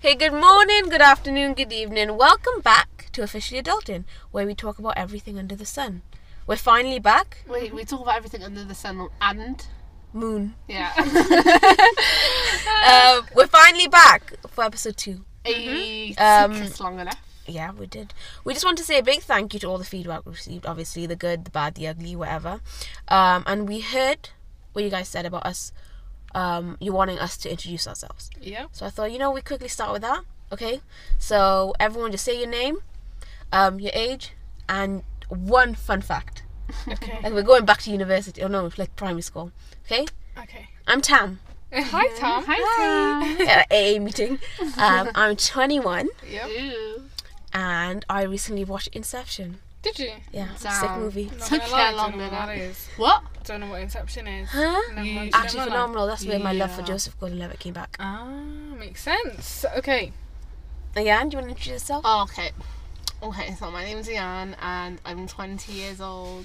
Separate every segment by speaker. Speaker 1: Hey, good morning, good afternoon, good evening. Welcome back to Officially Adulting, where we talk about everything under the sun. We're finally back.
Speaker 2: We, we talk about everything under the sun and
Speaker 1: Moon.
Speaker 2: yeah,
Speaker 1: Uh, we're finally back for episode two.
Speaker 3: Mm-hmm.
Speaker 2: Hey,
Speaker 1: Um,
Speaker 2: took us long enough.
Speaker 1: Yeah, we did. We just want to say a big thank you to all the feedback we received. Obviously, the good, the bad, the ugly, whatever. Um, and we heard what you guys said about us. Um, you wanting us to introduce ourselves.
Speaker 2: Yeah,
Speaker 1: So I thought, you know, we quickly start with that. Okay. So everyone, just say your name, um, your age, and one fun fact.
Speaker 3: Okay.
Speaker 1: Like we're going back to university. Oh no, it's like primary school. Okay.
Speaker 3: Okay.
Speaker 1: I'm Tam.
Speaker 3: Hi, Tom.
Speaker 2: Hi,
Speaker 1: at AA meeting. Um, I'm 21,
Speaker 3: Yep.
Speaker 2: Ooh,
Speaker 1: and I recently watched Inception.
Speaker 3: Did you?
Speaker 1: Yeah, sick
Speaker 2: Damn.
Speaker 1: movie.
Speaker 3: Not
Speaker 2: Took
Speaker 3: gonna
Speaker 2: you
Speaker 3: lie,
Speaker 2: that long,
Speaker 3: Don't know
Speaker 2: did
Speaker 3: what
Speaker 2: it?
Speaker 3: that is.
Speaker 2: what?
Speaker 3: Don't know what Inception is.
Speaker 1: Huh?
Speaker 3: Never mind,
Speaker 2: You-
Speaker 3: don't
Speaker 1: Actually
Speaker 3: know that.
Speaker 1: phenomenal. That's where my love for
Speaker 2: Yeah.
Speaker 1: Joseph Gordon-Levitt came back.
Speaker 3: Ah, makes sense. Okay.
Speaker 1: Again, Oh, do you want to introduce yourself?
Speaker 2: Oh, okay, okay. So my name's Ian, and I'm 20 years old.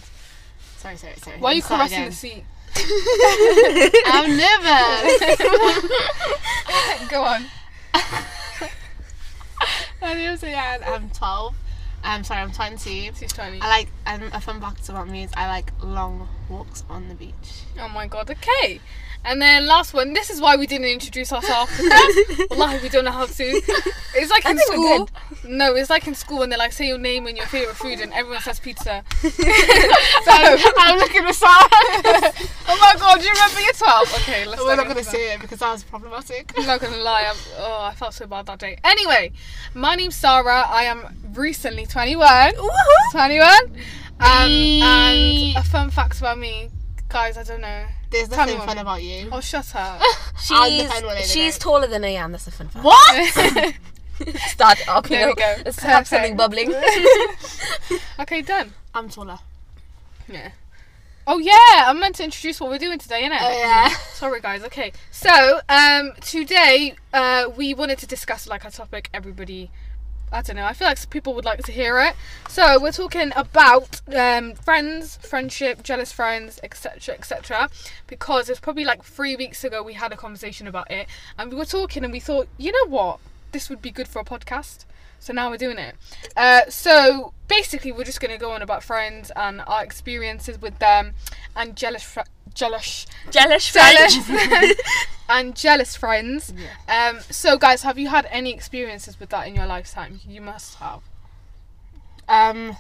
Speaker 2: Sorry, sorry, sorry.
Speaker 3: Why are you
Speaker 2: Let's start
Speaker 3: caressing
Speaker 2: again.
Speaker 3: the seat?
Speaker 2: I'm nervous.
Speaker 3: Go on.
Speaker 2: my name's Ian. I'm 12. I'm sorry, I'm 20.
Speaker 3: She's tiny.
Speaker 2: I like. Um, a fun fact about me is I like long walks on the beach.
Speaker 3: Oh my god. Okay. And then last one. This is why we didn't introduce ourselves. Wallahi, we don't know how to. It's like
Speaker 1: I
Speaker 3: in
Speaker 1: think we
Speaker 3: school. No, it's like in school when they like say your name and your favorite food, and everyone says pizza. so
Speaker 2: I'm looking aside.
Speaker 3: Oh my god, do you remember your 12? Okay, let's
Speaker 2: We're
Speaker 3: go
Speaker 2: not gonna
Speaker 3: into that.
Speaker 2: say it because that was problematic.
Speaker 3: I'm not gonna lie, I'm, oh, I felt so bad that day. Anyway, my name's Sarah. I am recently 21.
Speaker 1: Woohoo!
Speaker 3: 21. Um, and a fun fact about me, guys, I don't know.
Speaker 2: There's
Speaker 3: Tell
Speaker 2: nothing
Speaker 3: me
Speaker 2: fun
Speaker 3: one.
Speaker 2: about you.
Speaker 3: Oh, shut up.
Speaker 2: I'll defend one
Speaker 1: She's
Speaker 2: another
Speaker 1: she's
Speaker 2: day.
Speaker 1: taller than I am. That's a fun fact.
Speaker 2: What?
Speaker 1: Start it up. You
Speaker 3: There
Speaker 1: know,
Speaker 3: we go.
Speaker 1: Let's have something
Speaker 3: Perfect.
Speaker 1: bubbling.
Speaker 3: okay, done.
Speaker 2: I'm taller.
Speaker 3: Yeah. Oh yeah, I meant to introduce what we're doing today, innit?
Speaker 2: Oh yeah.
Speaker 3: Sorry, guys. Okay, so um, today uh, we wanted to discuss like a topic everybody. I don't know. I feel like s- people would like to hear it. So we're talking about um, friends, friendship, jealous friends, etc., etc. Because it's probably like three weeks ago we had a conversation about it, and we were talking, and we thought, you know what, this would be good for a podcast. So now we're doing it. Uh, so basically, we're just going to go on about friends and our experiences with them, and jealous, fr- jealous
Speaker 1: Jealous friend.
Speaker 3: jealous and jealous friends. Um, so, guys, have you had any experiences with that in your lifetime? You must have.
Speaker 2: Um,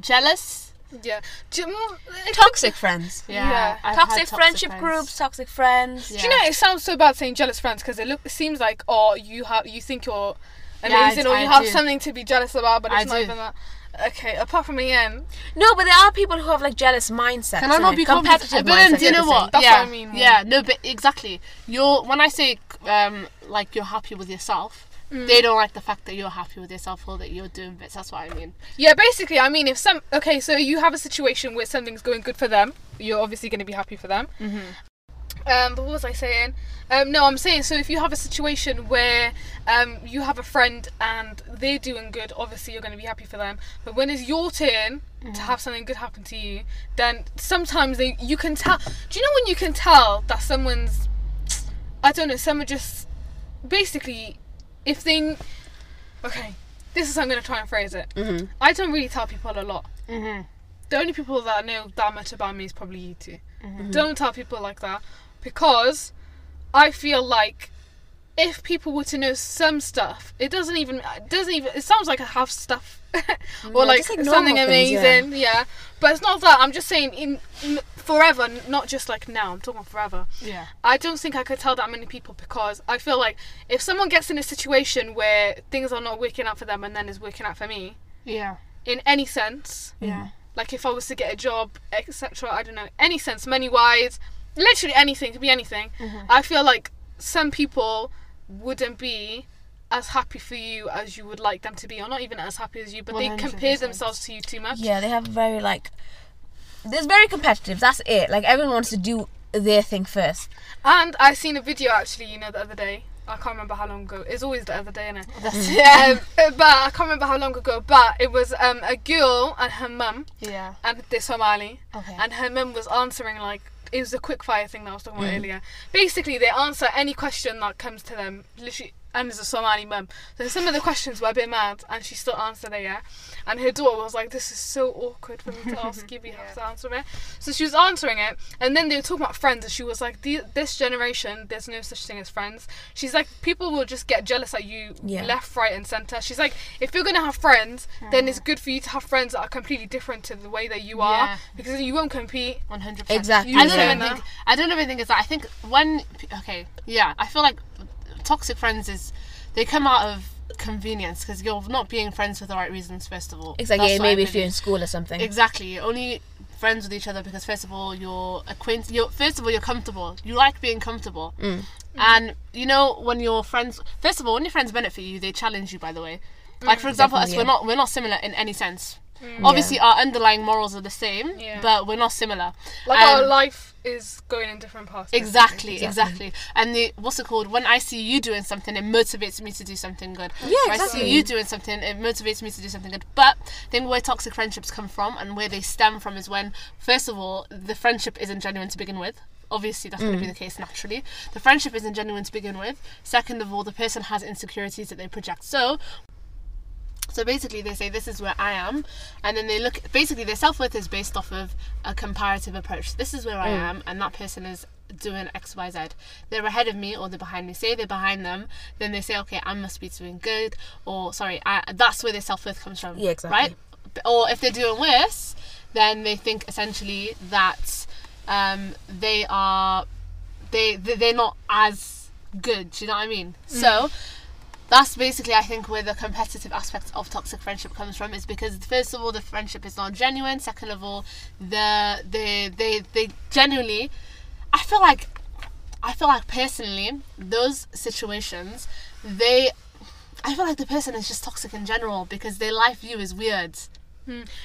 Speaker 2: jealous.
Speaker 3: Yeah. Do you, mm, it-
Speaker 1: Toxic friends.
Speaker 3: Yeah.
Speaker 2: I've had
Speaker 1: Toxic friendship
Speaker 2: friends.
Speaker 1: groups. Toxic friends.
Speaker 2: Yeah.
Speaker 3: do you know? It sounds so bad saying jealous friends because it look it seems like oh you have you think you're
Speaker 2: Yeah, I
Speaker 3: amazing
Speaker 2: d-
Speaker 3: or
Speaker 2: I
Speaker 3: you have
Speaker 2: do.
Speaker 3: something to be jealous about, but it's
Speaker 2: I
Speaker 3: not
Speaker 2: do.
Speaker 3: even that. Okay, apart from Ian,
Speaker 1: No, but there are people who have like jealous mindsets.
Speaker 2: Can I not
Speaker 1: innit?
Speaker 2: be competitive? But then,
Speaker 1: mindsets,
Speaker 2: do you
Speaker 1: I
Speaker 2: know
Speaker 1: would say.
Speaker 2: what?
Speaker 3: That's
Speaker 2: yeah.
Speaker 3: what I mean,
Speaker 2: Yeah. No, but exactly. You're when I say um like you're happy with yourself. They don't like the fact that you're happy with yourself or that you're doing bits. That's what I mean.
Speaker 3: Yeah, basically, I mean, if some okay, so you have a situation where something's going good for them, you're obviously going to be happy for them. Mm-hmm. Um, but what was I saying? Um, no, I'm saying so if you have a situation where um, you have a friend and they're doing good, obviously you're going to be happy for them. But when it's your turn to have something good happen to you, then sometimes they you can tell. Do you know when you can tell that someone's I don't know, some are just basically if they okay, this is how I'm going to try and phrase it.
Speaker 1: Mm-hmm.
Speaker 3: I don't really tell people a lot.
Speaker 2: Mm-hmm.
Speaker 3: The only people that know that much about me is probably you 2
Speaker 1: Mm-hmm.
Speaker 3: do Don't tell people like that because I feel like if people were to know some stuff, it doesn't even it doesn't even it sounds like I have stuff or
Speaker 1: Yeah,
Speaker 3: like
Speaker 1: Mm, just like normal
Speaker 3: something
Speaker 1: things, yeah.
Speaker 3: amazing, yeah. But it's not that. I'm just saying in, in forever, n- not just like now. I'm talking forever.
Speaker 2: Yeah.
Speaker 3: I don't think I could tell that many people because I feel like if someone gets in a situation where things are not working out for them and then is working out for me
Speaker 2: Yeah.
Speaker 3: in any sense,
Speaker 2: Yeah.
Speaker 3: like if I was to get a job, etc. I don't know, any sense, money wise, literally anything could be anything. I feel like some people wouldn't be as happy for you as you would like them to be, or not even as happy as you, but they compare
Speaker 2: 100%.
Speaker 3: themselves to you too much.
Speaker 1: Yeah, they have very like. It's very competitive. That's it. Like everyone wants to do their thing first.
Speaker 3: And I seen a video actually, you know, the other day. I can't remember how long ago. It's always the other day, innit?
Speaker 2: That's
Speaker 3: um, but I can't remember how long ago. But it was um, a girl and her mum,
Speaker 2: Yeah.
Speaker 3: and they're Somali.
Speaker 2: Okay.
Speaker 3: and her mum was answering like it was a quick fire thing that I was talking about earlier. Basically, they answer any question that comes to them. Literally, and is a Somali mum. So some of the questions were a bit mad, and she still answered it, yeah. And her daughter was like, "This is so awkward for me to ask you, but you have to answer it." So she was answering it, and then they were talking about friends, and she was like, "The- "This generation, there's no such thing as friends." She's like, "People will just get jealous at you,
Speaker 1: Yeah.
Speaker 3: left, right, and center." She's like, "If you're gonna have friends, then it's good for you to have friends that are completely different to the way that you are,
Speaker 2: Uh-huh. Yeah.
Speaker 3: because then you won't compete."
Speaker 2: One hundred percent.
Speaker 1: Exactly.
Speaker 2: I don't
Speaker 3: Yeah.
Speaker 2: even think. I don't even think it's that. I think when. Okay. Yeah. I feel like toxic friends is they come out of convenience because you're not being friends for the right reasons. First of all.
Speaker 1: Exactly.
Speaker 2: That's what I
Speaker 1: maybe if you're
Speaker 2: believe.
Speaker 1: in school or something.
Speaker 2: Exactly. You're only friends with each other because first of all you're acquainted. You're first of all you're comfortable. You like being comfortable. And you know when your friends. First of all, when your friends benefit you, they challenge you. By the way. Like for example, us,
Speaker 1: Definitely,
Speaker 2: we're
Speaker 1: yeah.
Speaker 2: not we're not similar in any sense. Obviously, our underlying morals are the same,
Speaker 3: Yeah.
Speaker 2: but we're not similar.
Speaker 3: Like
Speaker 2: And-
Speaker 3: our life is going in different paths.
Speaker 2: Exactly,
Speaker 1: Exactly.
Speaker 2: exactly. And the what's it called? When I see you doing something, it motivates me to do something good. Yeah, I
Speaker 1: exactly.
Speaker 2: see you doing something, it motivates me to do something good. But I think where toxic friendships come from and where they stem from is when, first of all, the friendship isn't genuine to begin with. Obviously, that's going to be the case naturally. The friendship isn't genuine to begin with. Second of all, the person has insecurities that they project. So, so basically, they say this is where I am, and then they look. Basically, their self worth is based off of a comparative approach. This is where
Speaker 1: Mm.
Speaker 2: I am, and that person is doing X, Y, Z. They're ahead of me, or they're behind me. Say they're behind them, then they say, okay, I must be doing good, or sorry, I, that's where their self worth comes from.
Speaker 1: Yeah, exactly.
Speaker 2: Right? B- Or if they're doing worse, then they think essentially that um, they are they they- they're not as good. Do you know what I mean?
Speaker 1: Mm.
Speaker 2: So that's basically I think where the competitive aspect of toxic friendship comes from is because first of all the friendship is not genuine. Second of all, the they they they genuinely, I feel like, I feel like personally those situations, they, I feel like the person is just toxic in general because their life view is weird.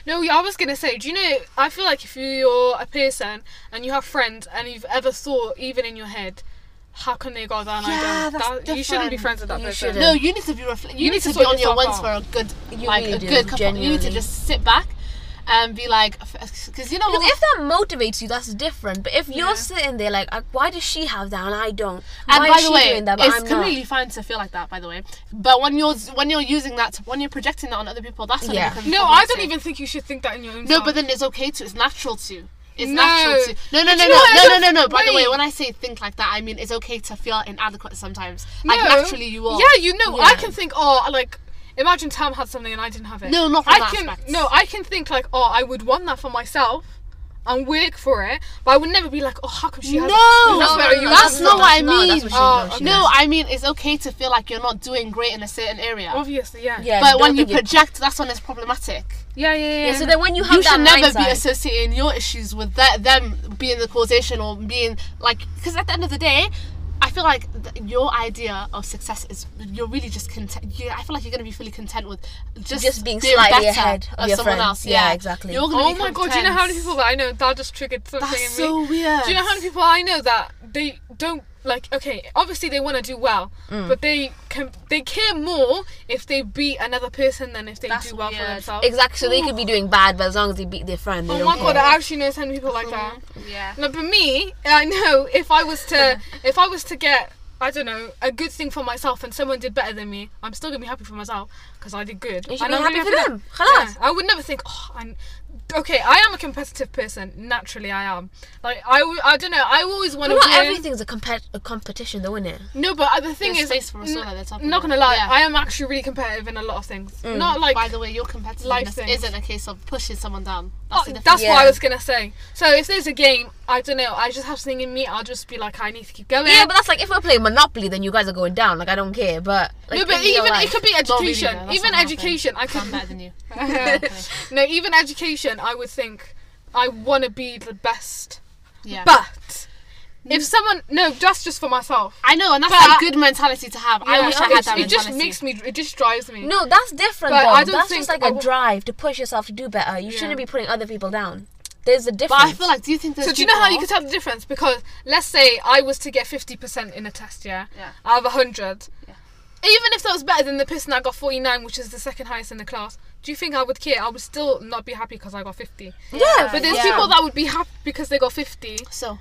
Speaker 3: No, yeah, I was gonna say. Do you know? I feel like if you're a person and you have friends and you've ever thought, even in your head, how can they go down?
Speaker 2: Yeah,
Speaker 3: I don't.
Speaker 2: that's
Speaker 3: uh, that, you shouldn't be
Speaker 2: different.
Speaker 3: friends with that
Speaker 1: You
Speaker 3: person.
Speaker 1: shouldn't.
Speaker 2: No, you need to be refle- you, need, to, be
Speaker 3: sort
Speaker 2: on your
Speaker 3: yourself
Speaker 2: ones for a good
Speaker 1: You
Speaker 2: like
Speaker 1: really
Speaker 2: a
Speaker 1: do,
Speaker 2: good couple. You need to
Speaker 1: genuinely.
Speaker 2: just sit back and be like, because you know
Speaker 1: Because
Speaker 2: what?
Speaker 1: if that motivates you, that's different. But if
Speaker 3: Yeah.
Speaker 1: you're sitting there like, "Uh, why does she have that and I don't?
Speaker 2: And
Speaker 1: why is
Speaker 2: by the
Speaker 1: she
Speaker 2: way,
Speaker 1: doing that but
Speaker 2: it's
Speaker 1: I'm not?
Speaker 2: completely fine to feel like that. By the way, but when you're when you're using that, when you're projecting that on other people, that's when
Speaker 1: Yeah.
Speaker 2: it becomes
Speaker 3: No, I don't
Speaker 2: problematic.
Speaker 3: even think you should think that in your own.
Speaker 2: No,
Speaker 3: self.
Speaker 2: but then it's okay to. It's natural to. It's
Speaker 3: No.
Speaker 2: natural to. No, no,
Speaker 3: But
Speaker 2: no,
Speaker 3: you
Speaker 2: no,
Speaker 3: know what?
Speaker 2: no,
Speaker 3: I
Speaker 2: no, no,
Speaker 3: don't-
Speaker 2: no. By the way,
Speaker 3: wait.
Speaker 2: when I say think like that, I mean it's okay to feel inadequate sometimes.
Speaker 3: no.
Speaker 2: Like naturally, you are.
Speaker 3: Yeah, you know, I
Speaker 1: Yeah.
Speaker 3: can think. Oh, like. Imagine Tam had something and I didn't have it.
Speaker 2: No, not from
Speaker 3: I
Speaker 2: that
Speaker 3: can.
Speaker 2: aspect.
Speaker 3: No, I can think like, oh, I would want that for myself and work for it, but I would never be like, oh, how come she
Speaker 2: No,
Speaker 3: has?
Speaker 1: No,
Speaker 3: better, you
Speaker 2: that's
Speaker 3: have
Speaker 2: not
Speaker 3: that.
Speaker 2: what I
Speaker 1: No, that's
Speaker 2: mean.
Speaker 1: what she-
Speaker 2: Uh,
Speaker 1: no, she
Speaker 2: no,
Speaker 1: does.
Speaker 2: I mean it's okay to feel like you're not doing great in a certain area.
Speaker 3: Obviously, yeah.
Speaker 1: Yeah,
Speaker 2: but
Speaker 1: don't
Speaker 2: when you
Speaker 1: think it-
Speaker 2: project, that's when it's problematic.
Speaker 3: Yeah, yeah, yeah.
Speaker 1: yeah, so then when you have
Speaker 2: You
Speaker 1: that
Speaker 2: should never be
Speaker 1: mindset-
Speaker 2: associating your issues with that, them being the causation or being like, because at the end of the day, I feel like th- your idea of success is you're really just content. You, I feel like you're going to be fully content with just,
Speaker 1: Just being slightly
Speaker 2: better
Speaker 1: ahead of
Speaker 2: of
Speaker 1: your
Speaker 2: someone
Speaker 1: friends.
Speaker 2: else.
Speaker 1: Yeah,
Speaker 2: Yeah,
Speaker 1: exactly.
Speaker 2: You're gonna
Speaker 3: Oh
Speaker 2: be
Speaker 3: my god, do you know how many
Speaker 2: content.
Speaker 3: people that I know that just triggered something
Speaker 2: That's
Speaker 3: in me?
Speaker 2: so weird.
Speaker 3: Do you know how many people I know that they don't like okay, obviously they want to do well,
Speaker 2: Mm.
Speaker 3: but they can they care more if they beat another person than if they
Speaker 2: That's
Speaker 3: do well for
Speaker 2: weird.
Speaker 3: themselves.
Speaker 1: Exactly. So they could be doing bad, but as long as they beat their friend, they
Speaker 3: Oh
Speaker 1: don't
Speaker 3: my
Speaker 1: care.
Speaker 3: god, I actually know so many people like that.
Speaker 2: Yeah.
Speaker 3: No, but me, I know if I was to if I was to get I don't know a good thing for myself and someone did better than me, I'm still gonna be happy for myself because I did good.
Speaker 1: You should
Speaker 3: And
Speaker 1: be
Speaker 3: I'm
Speaker 1: happy
Speaker 3: really
Speaker 1: for them. Khalas.
Speaker 3: Yeah, I would never think. Oh, I'm... okay. I am a competitive person. Naturally, I am. Like I, w- I don't know. I always want
Speaker 1: But
Speaker 3: to
Speaker 1: not
Speaker 3: win.
Speaker 1: everything's a, compet- a competition, though, isn't it?
Speaker 3: No, but uh, the thing
Speaker 2: There's
Speaker 3: is,
Speaker 2: space for us all
Speaker 3: n-
Speaker 2: at the top of
Speaker 3: not
Speaker 2: it.
Speaker 3: gonna lie.
Speaker 2: Yeah.
Speaker 3: I am actually really competitive in a lot of things.
Speaker 1: Mm.
Speaker 3: Not like
Speaker 2: By the way, your
Speaker 3: Life
Speaker 2: competitiveness
Speaker 3: things.
Speaker 2: isn't a case of pushing someone down.
Speaker 3: Oh,
Speaker 2: That's the difference.
Speaker 3: that's what I
Speaker 1: Yeah.
Speaker 3: was gonna say. So if there's a game, I don't know. I just have something in me. I'll just be like, I need to keep going.
Speaker 1: Yeah, but that's like if we're playing Monopoly, then you guys are going down. Like I don't care, but like,
Speaker 3: no, but
Speaker 1: in real
Speaker 3: even
Speaker 1: life-
Speaker 3: it could be
Speaker 2: Not really,
Speaker 3: education.
Speaker 2: though. That's
Speaker 3: even
Speaker 2: not happening.
Speaker 3: education, I could.
Speaker 2: I'm better than you.
Speaker 3: no, even education, I would think I want to be the best.
Speaker 2: Yeah. Mm.
Speaker 3: But if someone, no, that's just for myself.
Speaker 2: I know, and that's
Speaker 3: But-
Speaker 2: a good mentality to have. I
Speaker 3: Yeah,
Speaker 2: wish I
Speaker 1: it's-
Speaker 2: had that
Speaker 3: It just
Speaker 2: mentality.
Speaker 3: makes me. It just drives me.
Speaker 1: No, that's different.
Speaker 3: But
Speaker 1: though.
Speaker 3: I don't
Speaker 1: that's
Speaker 3: think
Speaker 1: just like
Speaker 3: I
Speaker 1: a
Speaker 3: w-
Speaker 1: drive to push yourself to do better. You
Speaker 3: Yeah.
Speaker 1: shouldn't be putting other people down. There's a
Speaker 2: But
Speaker 1: difference.
Speaker 2: I feel like, do you think there's
Speaker 3: So do you know how you
Speaker 2: people-
Speaker 3: could tell the difference? Because let's say I was to get fifty percent in a test, yeah,
Speaker 2: Yeah.
Speaker 3: out of hundred.
Speaker 2: Yeah.
Speaker 3: Even if that was better than the person that got forty nine, which is the second highest in the class, do you think I would care? I would still not be happy because I got fifty.
Speaker 1: yeah,
Speaker 3: But there's
Speaker 1: yeah.
Speaker 3: people that would be happy because they got fifty.
Speaker 2: So,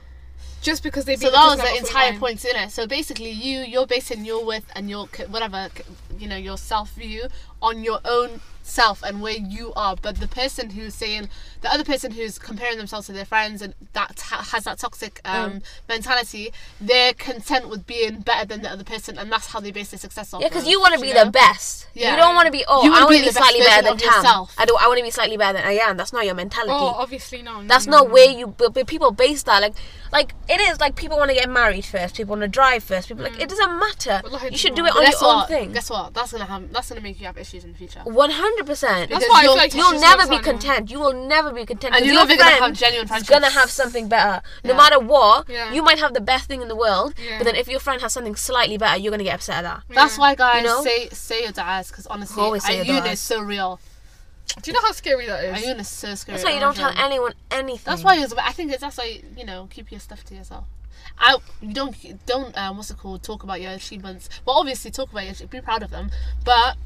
Speaker 3: just because they beat
Speaker 2: So
Speaker 3: the
Speaker 2: that was
Speaker 3: person
Speaker 2: the
Speaker 3: up for
Speaker 2: entire
Speaker 3: mine.
Speaker 2: point in it. So basically, you you're basing your worth and your c- whatever c- you know your self view on your own self and where you are. But the person who's saying the other person who's comparing themselves to their friends and that ha- has that toxic
Speaker 3: Mm.
Speaker 2: um, mentality, they're content with being better than the other person, and that's how they base their success off.
Speaker 1: Yeah, because
Speaker 2: of,
Speaker 1: you want to be
Speaker 2: know?
Speaker 1: the best.
Speaker 2: Yeah.
Speaker 1: You don't want to be oh,
Speaker 2: You
Speaker 1: I
Speaker 2: wanna
Speaker 1: want
Speaker 2: be
Speaker 1: to be
Speaker 2: the best
Speaker 1: slightly better than
Speaker 2: version of
Speaker 1: Tam.
Speaker 2: yourself.
Speaker 1: I don't. I want to be slightly better than I am. That's not your mentality.
Speaker 3: Oh, obviously no. no,
Speaker 1: That's
Speaker 3: no,
Speaker 1: not
Speaker 3: no.
Speaker 1: where you but but people base that like like it is like people want to get married first. People want to drive first. People like it doesn't matter.
Speaker 3: Wallahi,
Speaker 1: You should
Speaker 3: no.
Speaker 1: do it
Speaker 2: Mm. But
Speaker 1: on your
Speaker 2: guess
Speaker 1: own
Speaker 2: what?
Speaker 1: thing.
Speaker 2: Guess what? That's gonna have that's gonna make you have issues in the future.
Speaker 1: One hundred percent.
Speaker 3: That's
Speaker 2: because
Speaker 3: why I feel
Speaker 2: you'll-
Speaker 3: like you
Speaker 1: You'll
Speaker 3: should
Speaker 1: never
Speaker 3: focus
Speaker 1: be
Speaker 3: on-
Speaker 1: content. You will never be content.
Speaker 2: And
Speaker 1: 'cause
Speaker 2: you're
Speaker 1: your
Speaker 2: never gonna have
Speaker 1: friend
Speaker 2: genuine
Speaker 1: is gonna
Speaker 2: friendships.
Speaker 1: have something better, no
Speaker 2: Yeah.
Speaker 1: matter what.
Speaker 3: Yeah.
Speaker 1: You might have the best thing in the world,
Speaker 3: Yeah.
Speaker 1: but then if your friend has something slightly better, you're gonna get upset at that.
Speaker 2: That's
Speaker 3: Yeah.
Speaker 2: why, guys,
Speaker 1: You know?
Speaker 2: say say your dads because honestly,
Speaker 1: Always say your
Speaker 2: Ayun
Speaker 1: du'as.
Speaker 2: is so real.
Speaker 3: Do you know how scary that is?
Speaker 2: Ayun is so scary.
Speaker 1: That's why you don't
Speaker 2: Imagine.
Speaker 1: tell anyone anything.
Speaker 2: That's why it's, I think it's, that's why you know keep your stuff to yourself. I you don't don't um, what's it called talk about your achievements. Well, obviously talk about your ach- be proud of them, but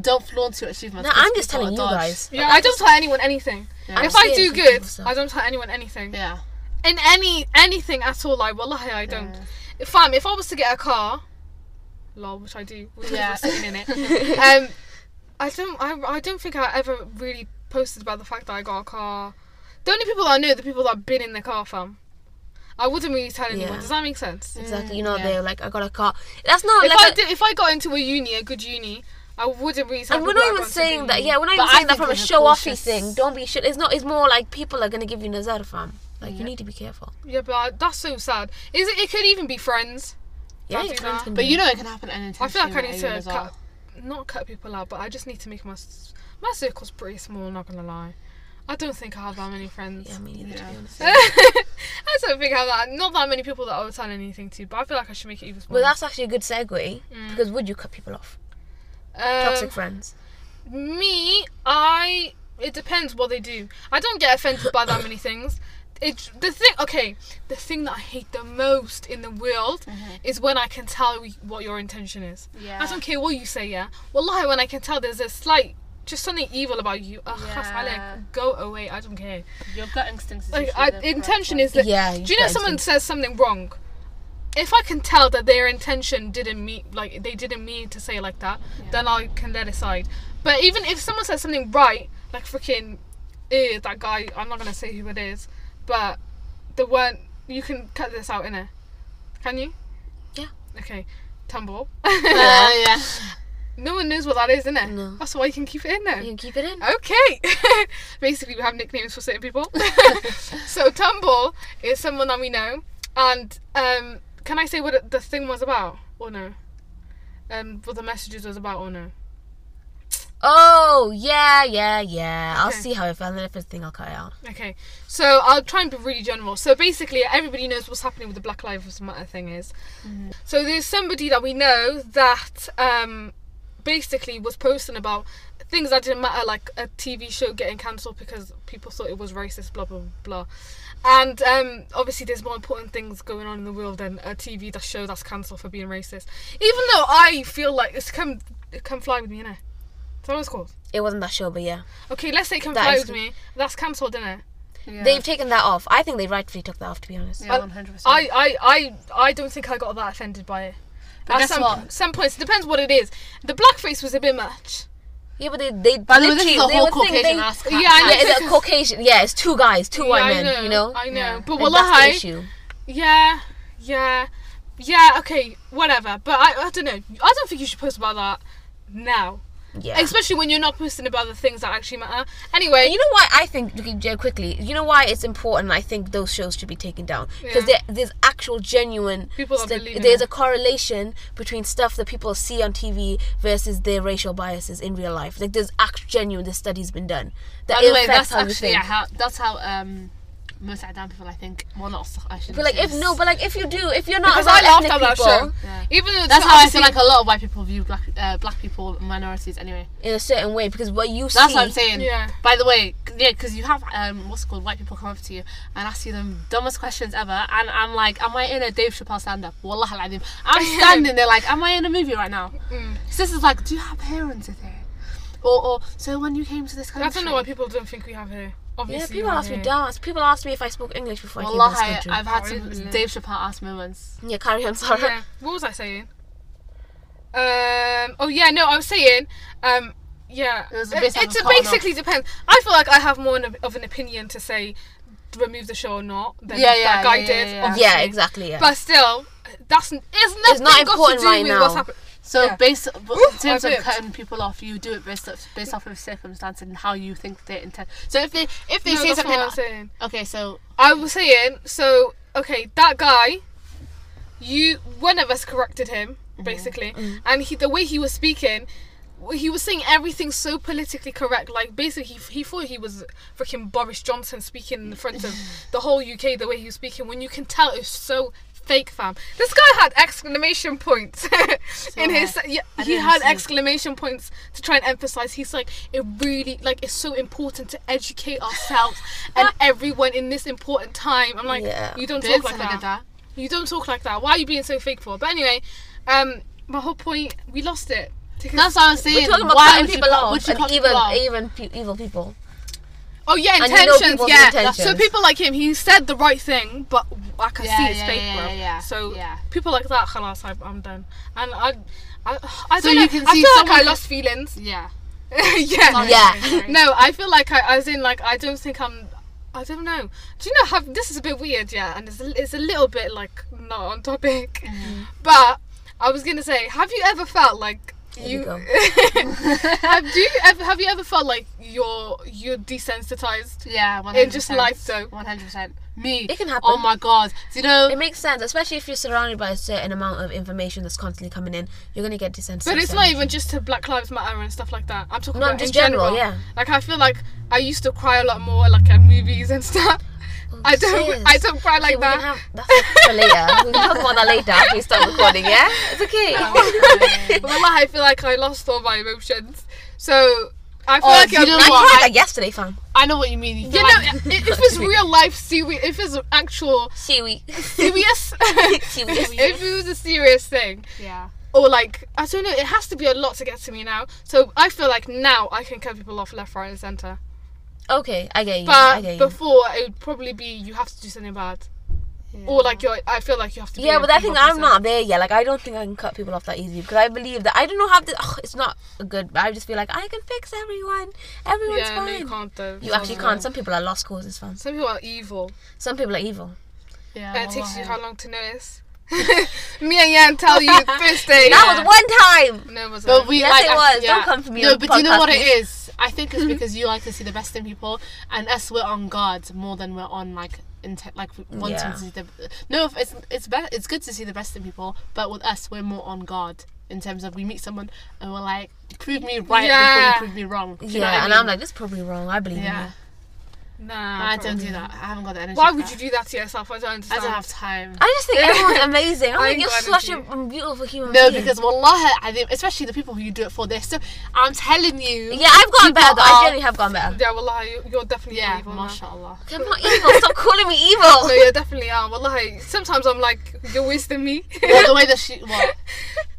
Speaker 2: don't flaunt your achievements.
Speaker 1: No,
Speaker 2: 'cause
Speaker 1: I'm just
Speaker 2: people
Speaker 1: telling
Speaker 2: are
Speaker 1: you
Speaker 2: dodge.
Speaker 1: guys.
Speaker 3: Yeah, I don't tell anyone anything.
Speaker 2: Yeah.
Speaker 3: If I
Speaker 1: Same
Speaker 3: do
Speaker 1: for
Speaker 3: good,
Speaker 1: people, so-
Speaker 3: I don't tell anyone anything.
Speaker 2: Yeah,
Speaker 3: In any anything at all, like wallahi, I don't. Fam, if I was to get a car, lol, which I do, which
Speaker 2: Yeah.
Speaker 3: yeah. sitting in it. um, I don't. I, I don't think I ever really posted about the fact that I got a car. The only people I know are the people that have been in the car, fam. I wouldn't really tell anyone.
Speaker 1: Yeah.
Speaker 3: Does that make sense?
Speaker 1: Exactly.
Speaker 2: Mm,
Speaker 1: You know,
Speaker 2: yeah.
Speaker 1: they're like, I got a car. That's not
Speaker 3: if
Speaker 1: like.
Speaker 3: I
Speaker 1: a-
Speaker 3: did, if I got into a uni, a good uni, I wouldn't really. tell
Speaker 1: and we're
Speaker 3: people
Speaker 1: not
Speaker 3: I
Speaker 1: even
Speaker 3: got into
Speaker 1: saying
Speaker 3: good
Speaker 1: that.
Speaker 3: uni.
Speaker 1: Yeah, we're not even
Speaker 2: But I
Speaker 1: saying that
Speaker 2: think
Speaker 1: from a
Speaker 2: it's a
Speaker 1: show-offy
Speaker 2: cautious-
Speaker 1: thing. Don't be shit. It's not. It's more like people are gonna give you nazar fam. Like
Speaker 2: Yeah.
Speaker 1: you need to be careful.
Speaker 3: Yeah, but I, that's so sad. Is it? It could even be friends.
Speaker 1: Yeah,
Speaker 3: Don't
Speaker 1: your
Speaker 3: do
Speaker 1: friends
Speaker 3: that.
Speaker 1: can
Speaker 2: but
Speaker 1: do
Speaker 2: you
Speaker 1: it.
Speaker 2: know it can happen anytime.
Speaker 3: I feel like I
Speaker 2: soon
Speaker 3: need
Speaker 2: with
Speaker 3: to
Speaker 2: Ayun
Speaker 3: cut,
Speaker 2: as well.
Speaker 3: not cut people out, but I just need to make my s- my circle's pretty small. Not gonna lie, I don't think I have that many friends.
Speaker 1: Yeah, me neither. To
Speaker 2: Yeah.
Speaker 1: be honest.
Speaker 3: I don't think I have that. Not that many people that I would tell anything to, but I feel like I should make it even
Speaker 1: Well,
Speaker 3: smaller.
Speaker 1: that's actually a good segue
Speaker 2: Mm.
Speaker 1: because would you cut people off? Toxic
Speaker 3: Um,
Speaker 1: friends.
Speaker 3: Me, I. It depends what they do. I don't get offended by that many things. It the thing. Okay, the thing that I hate the most in the world
Speaker 1: Mm-hmm.
Speaker 3: is when I can tell you what your intention is.
Speaker 2: Yeah.
Speaker 3: I don't care what you say. Yeah. Wallahi, when I can tell there's a slight. Just something evil about you. Ugh,
Speaker 2: Yeah.
Speaker 3: Alec, go away. I don't care.
Speaker 2: Your gut instincts. Is
Speaker 3: Like,
Speaker 2: usually
Speaker 3: I,
Speaker 2: the correct
Speaker 3: intention
Speaker 2: one.
Speaker 3: is that.
Speaker 1: Yeah,
Speaker 3: Do
Speaker 1: you've
Speaker 3: you know
Speaker 1: got
Speaker 3: someone
Speaker 1: instincts.
Speaker 3: says something wrong? If I can tell that their intention didn't mean, like they didn't mean to say it like that, then I can let it slide. But even if someone says something right, like freaking, eh, that guy. I'm not gonna say who it is, but the weren't. You can cut this out innit? Can you?
Speaker 1: Yeah.
Speaker 3: Okay. Tumble.
Speaker 2: Yeah, yeah.
Speaker 3: no one knows what that is, innit?
Speaker 1: No.
Speaker 3: That's why you can keep it in there.
Speaker 1: You can keep it in.
Speaker 3: Okay. Basically, we have nicknames for certain people. so Tumble is someone that we know, and um, can I say what it- the thing was about or no? Um, what the messages was about or no?
Speaker 1: Oh yeah, yeah, yeah. I'll
Speaker 3: Okay.
Speaker 1: see how it felt. And then if it's a thing, I'll cut it out.
Speaker 3: Okay, so I'll try and be really general. So basically, everybody knows what's happening with the Black Lives Matter thing is.
Speaker 1: Mm-hmm.
Speaker 3: So there's somebody that we know that um, basically was posting about things that didn't matter, like a TV show getting cancelled because people thought it was racist, blah blah blah. And um, obviously, there's more important things going on in the world than a TV that show that's cancelled for being racist. Even though I feel like it's come, come fly with me, innit? That's what it's called.
Speaker 1: It wasn't that show, but yeah,
Speaker 3: Okay, let's say come
Speaker 1: That
Speaker 3: fly
Speaker 1: is-
Speaker 3: with me. That's cancelled, innit?
Speaker 2: Yeah.
Speaker 1: they've taken that off. I think they rightfully took that off. To be honest.
Speaker 2: Yeah, 100%.
Speaker 3: I, I, I, I don't think I got that offended by it.
Speaker 2: But
Speaker 3: At
Speaker 2: guess
Speaker 3: some,
Speaker 2: what?
Speaker 3: some points, it depends what it is. The blackface was a bit much.
Speaker 1: Yeah, but they they
Speaker 2: By the way,
Speaker 1: literally
Speaker 2: this is a
Speaker 1: they
Speaker 2: whole
Speaker 1: would think
Speaker 2: Caucasian
Speaker 1: they-
Speaker 2: ass.
Speaker 3: yeah,
Speaker 2: cat.
Speaker 3: I know.
Speaker 1: Yeah, it's a Caucasian. Yeah, it's two guys, two white
Speaker 3: Yeah, I
Speaker 1: men. You know.
Speaker 3: I know.
Speaker 2: Yeah.
Speaker 3: But
Speaker 1: Like, that's
Speaker 3: wallahi,
Speaker 1: the issue.
Speaker 3: yeah, yeah, yeah. Okay, whatever. But I, I don't know. I don't think you should post about that now,
Speaker 1: Yeah.
Speaker 3: especially when you're not posting about the things that actually matter. Anyway,
Speaker 1: And you know why I think okay, yeah, quickly. You know why it's important. I think those shows should be taken down because
Speaker 3: Yeah.
Speaker 1: there's actual genuine.
Speaker 3: People that
Speaker 1: sti-
Speaker 3: believe in
Speaker 1: there's
Speaker 3: it.
Speaker 1: a correlation between stuff that people see on TV versus their racial biases in real life. Like there's actual genuine. The study's been done. That
Speaker 2: By the
Speaker 1: it
Speaker 2: way,
Speaker 1: affects
Speaker 2: that's
Speaker 1: how you
Speaker 2: actually
Speaker 1: think.
Speaker 2: how that's how um most Adam people I think. Well, not I shouldn't.
Speaker 1: But like
Speaker 2: say
Speaker 1: if
Speaker 2: this.
Speaker 1: no, but like if you do, if you're not
Speaker 3: because I
Speaker 1: around
Speaker 3: laughed
Speaker 1: ethnic
Speaker 3: at that
Speaker 1: people
Speaker 3: show.
Speaker 2: Yeah.
Speaker 3: Even though it's
Speaker 2: That's
Speaker 3: not
Speaker 2: how I
Speaker 3: obviously-
Speaker 2: feel like a lot of white people view black uh, black people minorities anyway.
Speaker 1: in a certain way because what you
Speaker 2: That's
Speaker 1: see.
Speaker 2: what I'm saying.
Speaker 3: Yeah.
Speaker 2: By the way, c- yeah, because you have um, what's it called white people come up to you and ask you the dumbest questions ever, and I'm like, am I in a Dave Chappelle stand up? Wallah al I'm standing there like, am I in a movie right now?
Speaker 3: Mm.
Speaker 2: So this is like, do you have parents in there? Or, or so when you came to this
Speaker 3: I
Speaker 2: country,
Speaker 3: don't know why people don't think we have hair.
Speaker 1: Yeah,
Speaker 3: obviously.
Speaker 1: people ask me dance. People ask me if I spoke English before I came to
Speaker 2: Wallahi,
Speaker 1: this country.
Speaker 2: I've had some
Speaker 3: Really?
Speaker 2: Dave Chappelle asked me once.
Speaker 1: Yeah, carry on, sorry.
Speaker 3: Yeah. What was I saying? Um. Oh yeah. No, I was saying. Um. Yeah.
Speaker 2: It was
Speaker 3: It,
Speaker 2: based on
Speaker 3: it's
Speaker 2: the
Speaker 3: a
Speaker 2: partner.
Speaker 3: basically depends. I feel like I have more of- of an opinion to say remove the show or not than
Speaker 2: Yeah, yeah,
Speaker 3: that guy
Speaker 2: yeah, yeah,
Speaker 3: did.
Speaker 2: yeah.
Speaker 3: obviously.
Speaker 1: Yeah, exactly. Yeah.
Speaker 3: But still, that's n- it's nothing
Speaker 1: not
Speaker 3: got
Speaker 1: important
Speaker 3: to do
Speaker 1: right
Speaker 3: with
Speaker 1: now.
Speaker 3: what's happened.
Speaker 2: So
Speaker 3: Yeah.
Speaker 2: based but
Speaker 3: Oof,
Speaker 2: in terms
Speaker 3: I
Speaker 2: of
Speaker 3: burped.
Speaker 2: cutting people off, you do it based off based off of circumstance and how you think they intend. So if they if they
Speaker 3: No,
Speaker 2: say
Speaker 3: that's not
Speaker 2: something,
Speaker 3: what I'm saying.
Speaker 2: okay, so
Speaker 3: I was saying, so okay, that guy, you one of us corrected him
Speaker 2: Mm-hmm.
Speaker 3: basically,
Speaker 2: Mm.
Speaker 3: and he the way he was speaking, w- he was saying everything so politically correct. Like basically, he, he thought he was freaking Boris Johnson speaking in front of the whole UK the way he was speaking. When you can tell it's so fake, fam. This guy had exclamation points in his. Yeah,
Speaker 2: I
Speaker 3: he
Speaker 2: didn't
Speaker 3: had
Speaker 2: see it.
Speaker 3: exclamation points to try and emphasize. He's like, it really like it's so important to educate ourselves and everyone in this important time. I'm like,
Speaker 1: Yeah.
Speaker 3: you don't
Speaker 2: did
Speaker 3: talk like
Speaker 2: something
Speaker 3: that.
Speaker 2: like that.
Speaker 3: You don't talk like that. Why are you being so fake for? But anyway, um, my whole point, we lost it. Because-
Speaker 2: That's what I was saying.
Speaker 1: We're talking about
Speaker 2: Why
Speaker 1: cutting
Speaker 2: would you
Speaker 1: people
Speaker 2: cut-
Speaker 1: off
Speaker 2: would you
Speaker 1: and
Speaker 2: cut
Speaker 1: even
Speaker 2: people off?
Speaker 1: even pe- evil people.
Speaker 3: oh yeah,
Speaker 1: And you know
Speaker 3: intentions.
Speaker 1: people's
Speaker 3: yeah.
Speaker 1: intentions.
Speaker 3: So people like him, he said the right thing, but I can
Speaker 2: Yeah,
Speaker 3: see it's
Speaker 2: yeah,
Speaker 3: fake,
Speaker 2: yeah,
Speaker 3: bro.
Speaker 2: yeah, yeah.
Speaker 3: So
Speaker 2: Yeah.
Speaker 3: people like that, halas, I, I'm done. And I, I, I don't
Speaker 2: So
Speaker 3: know.
Speaker 2: you can
Speaker 3: I
Speaker 2: see
Speaker 3: feel like
Speaker 2: someone
Speaker 3: I
Speaker 2: can-
Speaker 3: lost feelings.
Speaker 2: Yeah.
Speaker 3: yeah.
Speaker 2: Sorry,
Speaker 1: Yeah.
Speaker 2: sorry, sorry.
Speaker 3: No, I feel like I, as in, like I don't think I'm. I don't know. Do you know how this is a bit weird? Yeah, and it's a, it's a little bit like not on topic.
Speaker 1: Mm-hmm.
Speaker 3: But I was gonna say, have you ever felt like
Speaker 1: you
Speaker 3: you?
Speaker 1: go.
Speaker 3: have do you ever have you ever felt like you're you're desensitized?
Speaker 2: Yeah, 100%.
Speaker 3: In just life, though.
Speaker 2: One hundred percent. Me.
Speaker 1: It can happen.
Speaker 2: Oh my god. Do you know?
Speaker 1: It makes sense, especially if you're surrounded by a certain amount of information that's constantly coming in. You're gonna get desensitized.
Speaker 3: But it's not even just to Black Lives Matter and stuff like that. I'm talking
Speaker 1: No,
Speaker 3: about
Speaker 1: just
Speaker 3: in general.
Speaker 1: general, yeah.
Speaker 3: Like I feel like I used to cry a lot more, like at movies and stuff. I don't.
Speaker 1: Oh, sis.
Speaker 3: I don't cry
Speaker 1: Okay,
Speaker 3: like
Speaker 1: we
Speaker 3: that.
Speaker 1: can have, that's for later. We can talk about that later after we start recording. Yeah, it's okay.
Speaker 3: But like, I feel like I lost all my emotions. So I feel
Speaker 2: Oh,
Speaker 3: like
Speaker 2: do you
Speaker 3: I'm
Speaker 2: know
Speaker 1: I
Speaker 3: like-
Speaker 2: what?
Speaker 1: cried like yesterday, fam.
Speaker 2: I know what you mean. You,
Speaker 3: you
Speaker 2: feel
Speaker 3: know,
Speaker 2: like-
Speaker 3: i- if it's real life serious, if it's actual
Speaker 1: Seaweed.
Speaker 3: serious,
Speaker 1: Seaweed.
Speaker 3: if it was a serious thing,
Speaker 2: yeah.
Speaker 3: or like I don't know, it has to be a lot to get to me now. So I feel like now I can cut people off left, right, and center.
Speaker 1: Okay, I get you. I
Speaker 3: But
Speaker 1: get you.
Speaker 3: before it would probably be you have to do something bad, or like you I feel like you have to. be
Speaker 1: Yeah,
Speaker 3: a
Speaker 1: but I think
Speaker 3: people
Speaker 1: I'm
Speaker 3: person.
Speaker 1: not there yet. Like I don't think I can cut people off that easy because I believe that I don't know how to. Ugh, it's not a good. I just feel like I can fix everyone. Everyone's
Speaker 3: Yeah,
Speaker 1: fine.
Speaker 3: no, you can't though.
Speaker 1: You actually can't. Some people are lost causes fans.
Speaker 3: Some people are evil.
Speaker 1: Some people are evil.
Speaker 2: Yeah.
Speaker 3: And it takes you
Speaker 2: wallahi.
Speaker 3: how long to notice? Me and Yan tell you Thursday.
Speaker 1: That was one time.
Speaker 3: No, it wasn't.
Speaker 2: But we
Speaker 1: Yes,
Speaker 2: like
Speaker 1: it was. Don't come for me
Speaker 2: No,
Speaker 1: on
Speaker 2: but do you know
Speaker 1: podcast,
Speaker 2: what it
Speaker 1: please.
Speaker 2: is? I think it's because you like to see the best in people, and us we're on guard more than we're on like. Inte- like we- wanting
Speaker 1: Yeah.
Speaker 2: to see the no, if it's it's be- it's good to see the best in people, but with us we're more on guard in terms of we meet someone and we're like prove me right
Speaker 3: Yeah.
Speaker 2: before you prove me wrong. Do you know
Speaker 1: yeah,
Speaker 2: what I
Speaker 1: and I'm
Speaker 2: mean?
Speaker 1: like, this is probably wrong. I believe in
Speaker 2: yeah,
Speaker 1: you.
Speaker 3: nah,
Speaker 2: I don't do that. I haven't got the energy.
Speaker 3: Why
Speaker 2: for
Speaker 3: would
Speaker 2: that.
Speaker 3: you do that to yourself? I don't
Speaker 2: I
Speaker 3: understand.
Speaker 2: don't have time.
Speaker 1: I just think everyone's amazing. I'm
Speaker 3: I
Speaker 1: like,
Speaker 3: ain't
Speaker 1: you're
Speaker 3: got
Speaker 1: such a
Speaker 3: energy.
Speaker 1: a beautiful human
Speaker 2: No,
Speaker 1: being.
Speaker 2: because wallahi, I think especially the people who you do it for. They're so. I'm telling you.
Speaker 1: yeah, I've gotten
Speaker 2: people
Speaker 1: better. Though. I
Speaker 2: are-
Speaker 1: genuinely have gotten better.
Speaker 3: Yeah, wallahi, you- you're definitely
Speaker 2: Yeah,
Speaker 3: evil. now.
Speaker 2: mashallah.
Speaker 1: I'm not evil. Stop calling me
Speaker 3: No,
Speaker 1: evil.
Speaker 3: you definitely are. Wallahi, sometimes I'm like, you're wasting me.
Speaker 2: Well, the way that she, well,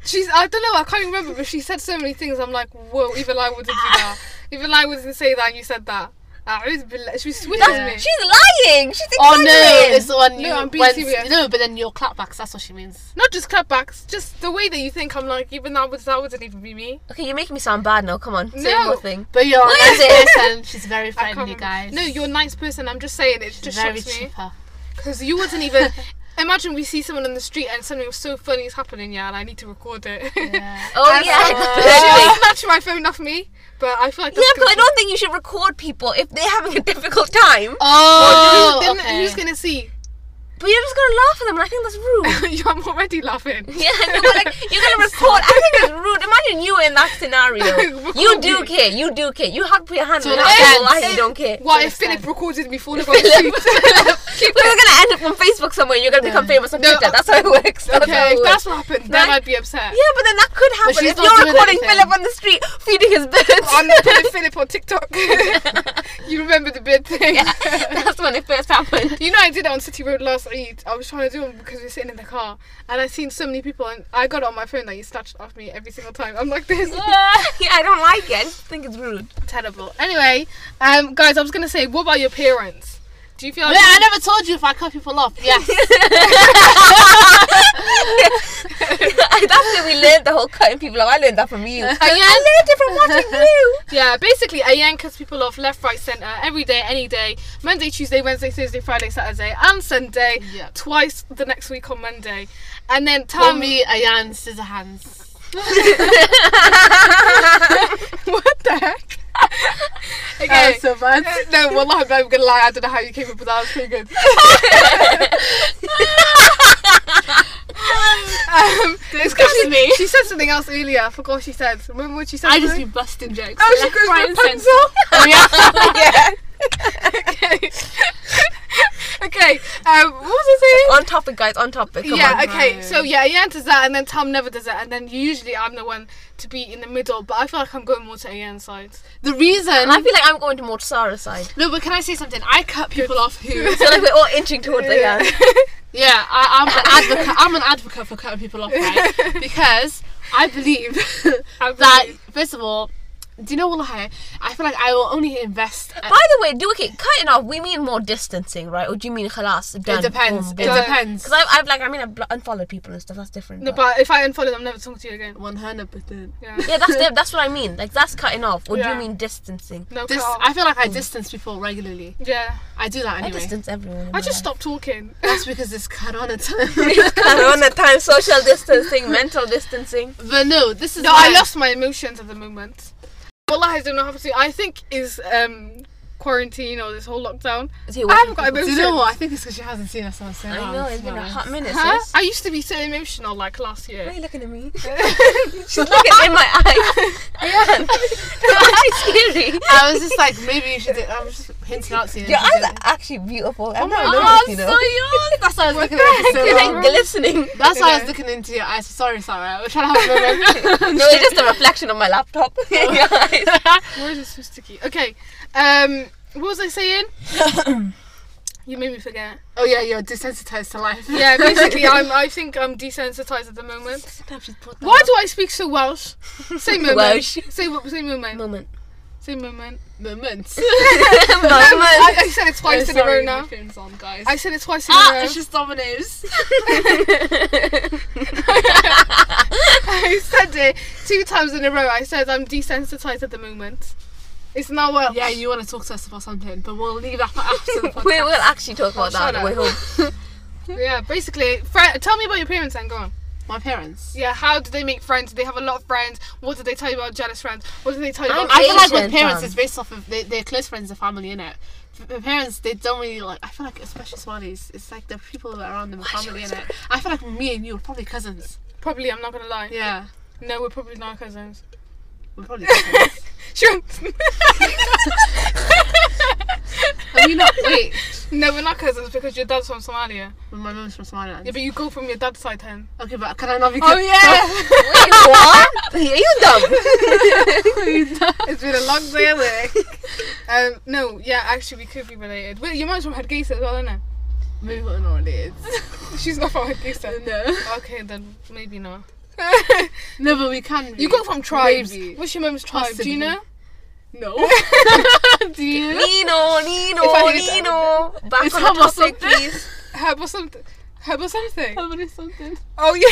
Speaker 3: She's, I don't know, I can't remember, but she said so many things. I'm like, whoa, even I wouldn't do that. Even I wouldn't say that, and you said that. أعوذ بالله. She was switching
Speaker 2: Yeah.
Speaker 3: me.
Speaker 1: She's lying. She's exaggerating.
Speaker 2: Oh no, it's the one you
Speaker 3: No, I'm being
Speaker 2: when-
Speaker 3: serious.
Speaker 2: No, but then your clapbacks, that's what she means.
Speaker 3: Not just clapbacks, just the way that you think. I'm like, even that, was, that wouldn't even be me.
Speaker 1: okay, you're making me sound bad now. Come on, say
Speaker 3: No.
Speaker 1: more thing.
Speaker 2: But you're a
Speaker 1: What is
Speaker 2: nice
Speaker 1: it?
Speaker 2: person, she's very
Speaker 3: I can't
Speaker 2: friendly,
Speaker 3: remember.
Speaker 2: guys.
Speaker 3: No, you're a nice person. I'm just saying it
Speaker 2: she's
Speaker 3: just
Speaker 2: very
Speaker 3: shocks me
Speaker 2: cheaper.
Speaker 3: because you wouldn't even imagine we see someone on the street and something so funny is happening. Yeah, and I need to record it.
Speaker 2: Yeah.
Speaker 1: Oh
Speaker 3: And
Speaker 1: yeah.
Speaker 3: so- she snatched my phone off me, but I feel like
Speaker 1: Yeah,
Speaker 3: that's
Speaker 1: but I
Speaker 3: gonna-
Speaker 1: don't think you should record people if they're having a difficult time.
Speaker 2: Oh,
Speaker 3: Then
Speaker 2: okay.
Speaker 3: who's gonna see?
Speaker 1: But you're just gonna laugh at them, and I think that's rude.
Speaker 3: I'm already laughing.
Speaker 1: Yeah, and you're like you're gonna record. I think it's rude. Imagine you were in that scenario. You do
Speaker 3: Recording.
Speaker 1: care. You do care. You have to put your hand
Speaker 2: To
Speaker 1: on
Speaker 2: an
Speaker 1: your head.
Speaker 2: extent.
Speaker 1: Like you don't care.
Speaker 3: What if
Speaker 2: understand.
Speaker 3: Philip recorded me falling off the street?
Speaker 1: We're gonna end up on Facebook somewhere. and You're gonna become famous on
Speaker 3: No,
Speaker 1: Twitter. That's how it works. That's how it
Speaker 3: okay, if
Speaker 1: works.
Speaker 3: that's what happened, then
Speaker 1: Right?
Speaker 3: I'd be upset.
Speaker 1: Yeah, but then that could happen.
Speaker 2: she's
Speaker 1: If
Speaker 2: not
Speaker 1: you're
Speaker 2: doing
Speaker 1: recording
Speaker 2: anything.
Speaker 1: Philip on the street feeding his birds.
Speaker 3: I'm Philip Philip on TikTok. you remember the bird thing?
Speaker 1: That's when it first happened.
Speaker 3: You know, I did it on City Road last Eid. I was trying to do it because we were sitting in the car, and I seen so many people, and I got it on my phone that you snatched it off me every single time. I'm like this.
Speaker 1: yeah, I don't like it. I just think it's rude.
Speaker 3: Terrible. Anyway, um, guys, I was gonna say, what about your parents? Do you feel like
Speaker 2: Yeah, I never told you if I cut people off. Yes.
Speaker 1: That's where we learned the whole cutting people off. I learned that from you. I learned
Speaker 3: Again?
Speaker 1: it from watching you.
Speaker 3: Yeah, basically, Ayan cuts people off left, right, centre every day, any day. Monday, Tuesday, Wednesday, Thursday, Friday, Saturday, and Sunday.
Speaker 2: Yeah.
Speaker 3: Twice the next week on Monday. And then
Speaker 2: Call
Speaker 3: Tammy.
Speaker 2: me Ayan Scissor Hands.
Speaker 3: what the heck?
Speaker 2: That
Speaker 3: okay. Uh,
Speaker 2: was Uh, so bad.
Speaker 3: no, well, I'm not gonna lie. I don't know how you came up with that. It's pretty good. um, it's 'cause
Speaker 2: Disgust
Speaker 3: she,
Speaker 2: me.
Speaker 3: she said something else earlier. I forgot what she said. Remember what she said?
Speaker 2: I just
Speaker 3: to
Speaker 2: be
Speaker 3: me?
Speaker 2: busting jokes.
Speaker 3: oh, she
Speaker 2: left,
Speaker 3: goes
Speaker 2: right, and centre.
Speaker 3: Rapunzel.
Speaker 2: Oh, yeah.
Speaker 1: yeah.
Speaker 3: okay. okay. Um, what was I saying?
Speaker 1: On topic, guys. On topic. Come
Speaker 3: yeah,
Speaker 1: on.
Speaker 3: okay, so yeah, Ian does that, and then Tom never does it, and then usually I'm the one to be in the middle, but I feel like I'm going more to Ian's side.
Speaker 2: The reason.
Speaker 1: And I feel like I'm going to more to Sarah's side.
Speaker 2: No, but can I say something? I cut people off who.
Speaker 1: So like we're all inching towards the end.
Speaker 2: Yeah, I, I'm an advocate. I'm an advocate for cutting people off, right? Because I believe
Speaker 3: I
Speaker 2: that
Speaker 3: believe.
Speaker 2: first of all, do you know what I? I feel like I will only invest. at-
Speaker 1: By the way, do okay, cutting off. We mean more distancing, right? Or do you mean khalas? Done.
Speaker 2: it depends. It
Speaker 3: Done.
Speaker 2: depends.
Speaker 1: Because I've, I've like I mean I've blo- unfollowed people and stuff. That's different.
Speaker 3: No,
Speaker 1: but-
Speaker 3: but if I unfollow them, I'm never talking to you again.
Speaker 2: One hundred percent.
Speaker 3: Yeah.
Speaker 1: yeah, that's di- that's what I mean. Like that's cutting off. Or do
Speaker 3: Yeah.
Speaker 1: you mean distancing?
Speaker 3: No,
Speaker 2: Dis-
Speaker 3: Carl.
Speaker 2: I feel like I distance people regularly.
Speaker 3: yeah.
Speaker 2: I do that
Speaker 1: I
Speaker 2: anyway.
Speaker 1: distance everyone. in
Speaker 3: I
Speaker 1: my
Speaker 3: just
Speaker 1: life.
Speaker 3: stopped talking.
Speaker 2: That's because it's Corona time.
Speaker 1: Corona time, social distancing, mental distancing.
Speaker 2: but no, this is.
Speaker 3: No,
Speaker 2: why-
Speaker 3: I lost my emotions at the moment. Wallahi, I don't know how to. I think is um quarantine or this whole lockdown.
Speaker 1: Is he
Speaker 3: I haven't got
Speaker 1: watching
Speaker 2: Do
Speaker 3: emotions.
Speaker 2: you know what? I think it's because she hasn't seen us on so
Speaker 1: people? I
Speaker 2: long.
Speaker 1: know it's been a
Speaker 2: Nice.
Speaker 1: hot minute.
Speaker 3: Huh?
Speaker 1: Sis.
Speaker 3: I used to be so emotional like last
Speaker 1: Why are
Speaker 3: year.
Speaker 1: you looking at me? She's looking in my eyes. Ayan, your eyes scary.
Speaker 2: I was just like, maybe you should. Do- I was just hinting out to you.
Speaker 1: Your
Speaker 2: You should
Speaker 1: eyes
Speaker 2: do
Speaker 1: are
Speaker 2: it.
Speaker 1: actually beautiful. I've never
Speaker 2: Oh,
Speaker 1: noticed,
Speaker 2: I'm
Speaker 1: you
Speaker 2: so
Speaker 1: know.
Speaker 2: young. That's why I was looking at you
Speaker 1: You're
Speaker 2: so long.
Speaker 1: like glistening.
Speaker 2: That's why I was
Speaker 3: Yeah.
Speaker 2: looking into your eyes. Sorry, Sarah. We're trying to have a moment.
Speaker 1: No, it's just a reflection of my laptop. Your eyes.
Speaker 3: Why is it so sticky? Okay. Um, what was I saying? you made me forget.
Speaker 2: oh yeah, you're desensitized to life.
Speaker 3: Yeah, basically, I'm. I think I'm desensitized at the moment.
Speaker 2: Sometimes she's brought that
Speaker 3: Why
Speaker 2: up.
Speaker 3: do I speak so Welsh? Say moment.
Speaker 1: Welsh.
Speaker 3: Say what? Say moment.
Speaker 1: Moment.
Speaker 3: Say moment.
Speaker 2: moments.
Speaker 3: I,
Speaker 1: Moment.
Speaker 3: I said it twice in a row now.
Speaker 2: phone's on, guys.
Speaker 3: I said it twice in a row.
Speaker 2: Oh, ah, it's just Domino's.
Speaker 3: I said it two times in a row. I said I'm desensitized at the moment. It's not well.
Speaker 2: yeah, you want to talk to us about something, but we'll leave that for after the
Speaker 1: We
Speaker 2: podcast.
Speaker 1: will actually talk about that.
Speaker 3: shut
Speaker 1: We're
Speaker 3: up.
Speaker 1: home.
Speaker 3: yeah. Basically, fri tell me about your parents. Then go on.
Speaker 2: My parents.
Speaker 3: Yeah. How do they make friends? Do they have a lot of friends? What did they tell you about jealous friends? What did they tell you
Speaker 1: I'm
Speaker 3: about?
Speaker 2: I feel like with
Speaker 1: Asian
Speaker 2: parents,
Speaker 1: fam.
Speaker 2: it's based off of they, their close friends and family, innit? F- The parents, they don't really like. I feel like, especially Smileys, it's like the people that are around them, are family, innit? I feel like me and you are probably cousins.
Speaker 3: probably. I'm not gonna lie.
Speaker 2: Yeah,
Speaker 3: No, we're probably not cousins.
Speaker 2: we're probably cousins.
Speaker 3: Sure.
Speaker 2: Are you not? Wait,
Speaker 3: no, we're not cousins because your dad's from Somalia.
Speaker 2: Well, my mum's from Somaliland.
Speaker 3: Yeah, but you go from your dad's side then.
Speaker 2: Okay, but can I not be?
Speaker 3: yeah.
Speaker 1: Wait, what? Are you dumb?
Speaker 3: it's been a long day away. Um, no, yeah, actually we could be related. Well, your mum's from Hargeisa as well, isn't
Speaker 2: Maybe we're not related.
Speaker 3: it? She's not from Hargeisa.
Speaker 2: no.
Speaker 3: Okay, then maybe not.
Speaker 2: No, but we can. Be.
Speaker 3: you got from tribes.
Speaker 2: Maybe.
Speaker 3: What's your mum's tribe? Do
Speaker 2: Possibly.
Speaker 3: you know?
Speaker 2: No. Do you?
Speaker 1: Nino, Nino,
Speaker 3: If I hit that,
Speaker 1: Nino. Back
Speaker 2: It's
Speaker 1: on the
Speaker 2: almost
Speaker 1: topic,
Speaker 2: something.
Speaker 1: please.
Speaker 3: Herb or something. Herb or something.
Speaker 2: Somebody something.
Speaker 3: Oh yeah.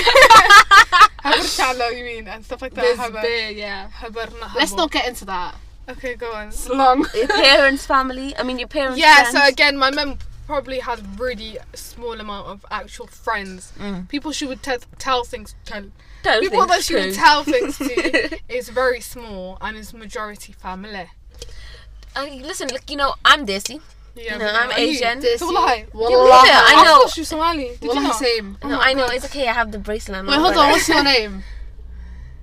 Speaker 3: Habar Shallow, you mean, and stuff like that.
Speaker 2: There's
Speaker 3: Habar.
Speaker 2: beer, yeah.
Speaker 3: Habar, not
Speaker 2: Let's
Speaker 3: Habar.
Speaker 2: not get into that.
Speaker 3: Okay, go on.
Speaker 2: It's long.
Speaker 1: Your parents' family. I mean, your parents'
Speaker 3: yeah
Speaker 1: friends.
Speaker 3: so again my mum probably had really small amount of actual friends people she would te- tell things tell
Speaker 1: Mm. Tell
Speaker 3: people
Speaker 1: things
Speaker 3: that she would
Speaker 1: too.
Speaker 3: tell things to is very small and is majority family
Speaker 1: I, listen, look, you know, I'm Desi.
Speaker 3: yeah
Speaker 1: No,
Speaker 3: but
Speaker 1: I'm
Speaker 3: are you?
Speaker 1: Asian.
Speaker 3: so lie
Speaker 2: Wallah.
Speaker 1: Yeah, I
Speaker 3: I
Speaker 1: know.
Speaker 3: thought she was Somali did you
Speaker 2: Wallah,
Speaker 3: not?
Speaker 2: same.
Speaker 1: no, I know. It's okay. I have the bracelet. I'm
Speaker 2: Oh Wait,
Speaker 1: not
Speaker 2: hold on.
Speaker 1: wearing
Speaker 2: What's your name?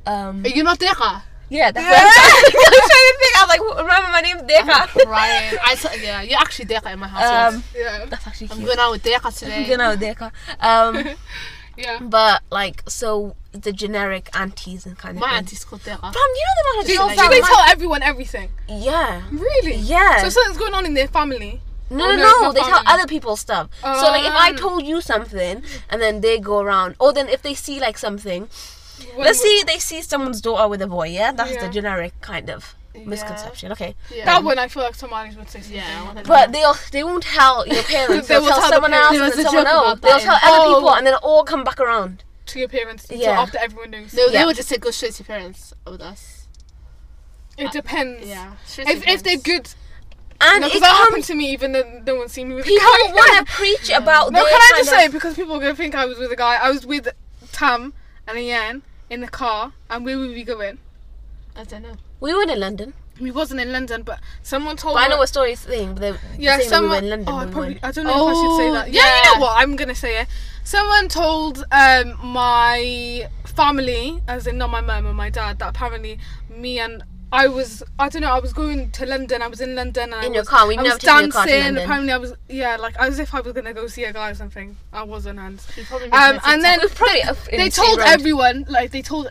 Speaker 1: it. Um,
Speaker 2: Are you not Deka?
Speaker 1: yeah, that's what I'm trying, I'm trying to think. I'm like, remember my name's Deka.
Speaker 2: Ryan. I t- yeah, you're actually Deka in my house.
Speaker 1: Um,
Speaker 3: yeah
Speaker 1: that's actually
Speaker 2: I'm
Speaker 1: cute.
Speaker 2: going out with Deka today.
Speaker 1: You know, Deka. Um,
Speaker 3: yeah
Speaker 1: but like, so the generic aunties and kind of.
Speaker 2: My
Speaker 1: thing.
Speaker 2: aunties called Deka.
Speaker 1: Fam, you know
Speaker 3: do,
Speaker 1: the amount of
Speaker 3: do they
Speaker 1: shit
Speaker 3: tell everyone everything
Speaker 1: I- Yeah.
Speaker 3: really
Speaker 1: Yeah.
Speaker 3: so something's going on in their family
Speaker 1: No,
Speaker 3: Oh,
Speaker 1: no,
Speaker 3: no, it's
Speaker 1: no.
Speaker 3: not
Speaker 1: They tell
Speaker 3: family.
Speaker 1: other people stuff. so, like, if I
Speaker 3: Um.
Speaker 1: told you something and then they go around, or then if they see, like, something
Speaker 3: When-
Speaker 1: Let's see, they see someone's daughter with a boy, yeah? That's
Speaker 3: Yeah.
Speaker 1: the generic kind of
Speaker 2: Yeah.
Speaker 1: misconception, okay?
Speaker 2: Yeah.
Speaker 3: That one, I feel like Somalis would say something.
Speaker 2: Yeah.
Speaker 1: But they'll they won't tell your parents.
Speaker 3: They
Speaker 1: they'll
Speaker 3: will
Speaker 1: tell,
Speaker 3: tell the
Speaker 1: someone else
Speaker 3: parents.
Speaker 1: and
Speaker 2: There
Speaker 1: then someone
Speaker 2: was a joke
Speaker 1: else.
Speaker 2: about
Speaker 1: They'll
Speaker 2: that.
Speaker 1: tell other
Speaker 3: Oh.
Speaker 1: people and then it'll all come back around.
Speaker 3: to your parents until
Speaker 1: Yeah.
Speaker 3: after everyone knows.
Speaker 2: no,
Speaker 1: Yeah.
Speaker 2: they would just say go straight to your parents with us.
Speaker 3: It depends.
Speaker 2: Yeah. Straight to
Speaker 3: If,
Speaker 2: your
Speaker 3: if they're
Speaker 2: parents.
Speaker 3: good,
Speaker 1: And
Speaker 3: no,
Speaker 1: it
Speaker 3: because that happened
Speaker 1: comes,
Speaker 3: to me even though no one seen me with
Speaker 1: people
Speaker 3: a guy.
Speaker 1: want to preach about
Speaker 3: no,
Speaker 1: their
Speaker 3: can I just
Speaker 1: kind
Speaker 3: say
Speaker 1: of-
Speaker 3: because people are gonna think I was with a guy. I was with Tam and Ian in the car, and where were we going?
Speaker 2: I don't know.
Speaker 1: we were in London.
Speaker 3: We wasn't in London, but someone told
Speaker 1: But I
Speaker 3: me.
Speaker 1: know what story is saying. But they, yeah,
Speaker 3: yeah,
Speaker 1: saying
Speaker 3: someone.
Speaker 1: we were in London.
Speaker 3: oh, I,
Speaker 1: we
Speaker 3: probably,
Speaker 1: weren't.
Speaker 3: I don't know if I should say
Speaker 2: Oh,
Speaker 3: that. Yeah, you
Speaker 2: yeah.
Speaker 3: know what? I'm gonna say it. Someone told um, my family, as in not my mum and my dad, that apparently me and I was. I don't know. I was going to London. I was in London. And
Speaker 1: In
Speaker 3: I
Speaker 1: your
Speaker 3: was-
Speaker 1: car, we've
Speaker 3: I
Speaker 1: never
Speaker 3: was
Speaker 1: taken your
Speaker 3: dancing.
Speaker 1: car to London.
Speaker 3: Apparently, I was. Yeah, like as if I was gonna go see a guy or something. I wasn't, and
Speaker 2: You probably
Speaker 3: um,
Speaker 2: regretted
Speaker 3: and then
Speaker 1: We've probably
Speaker 3: they told everyone like they told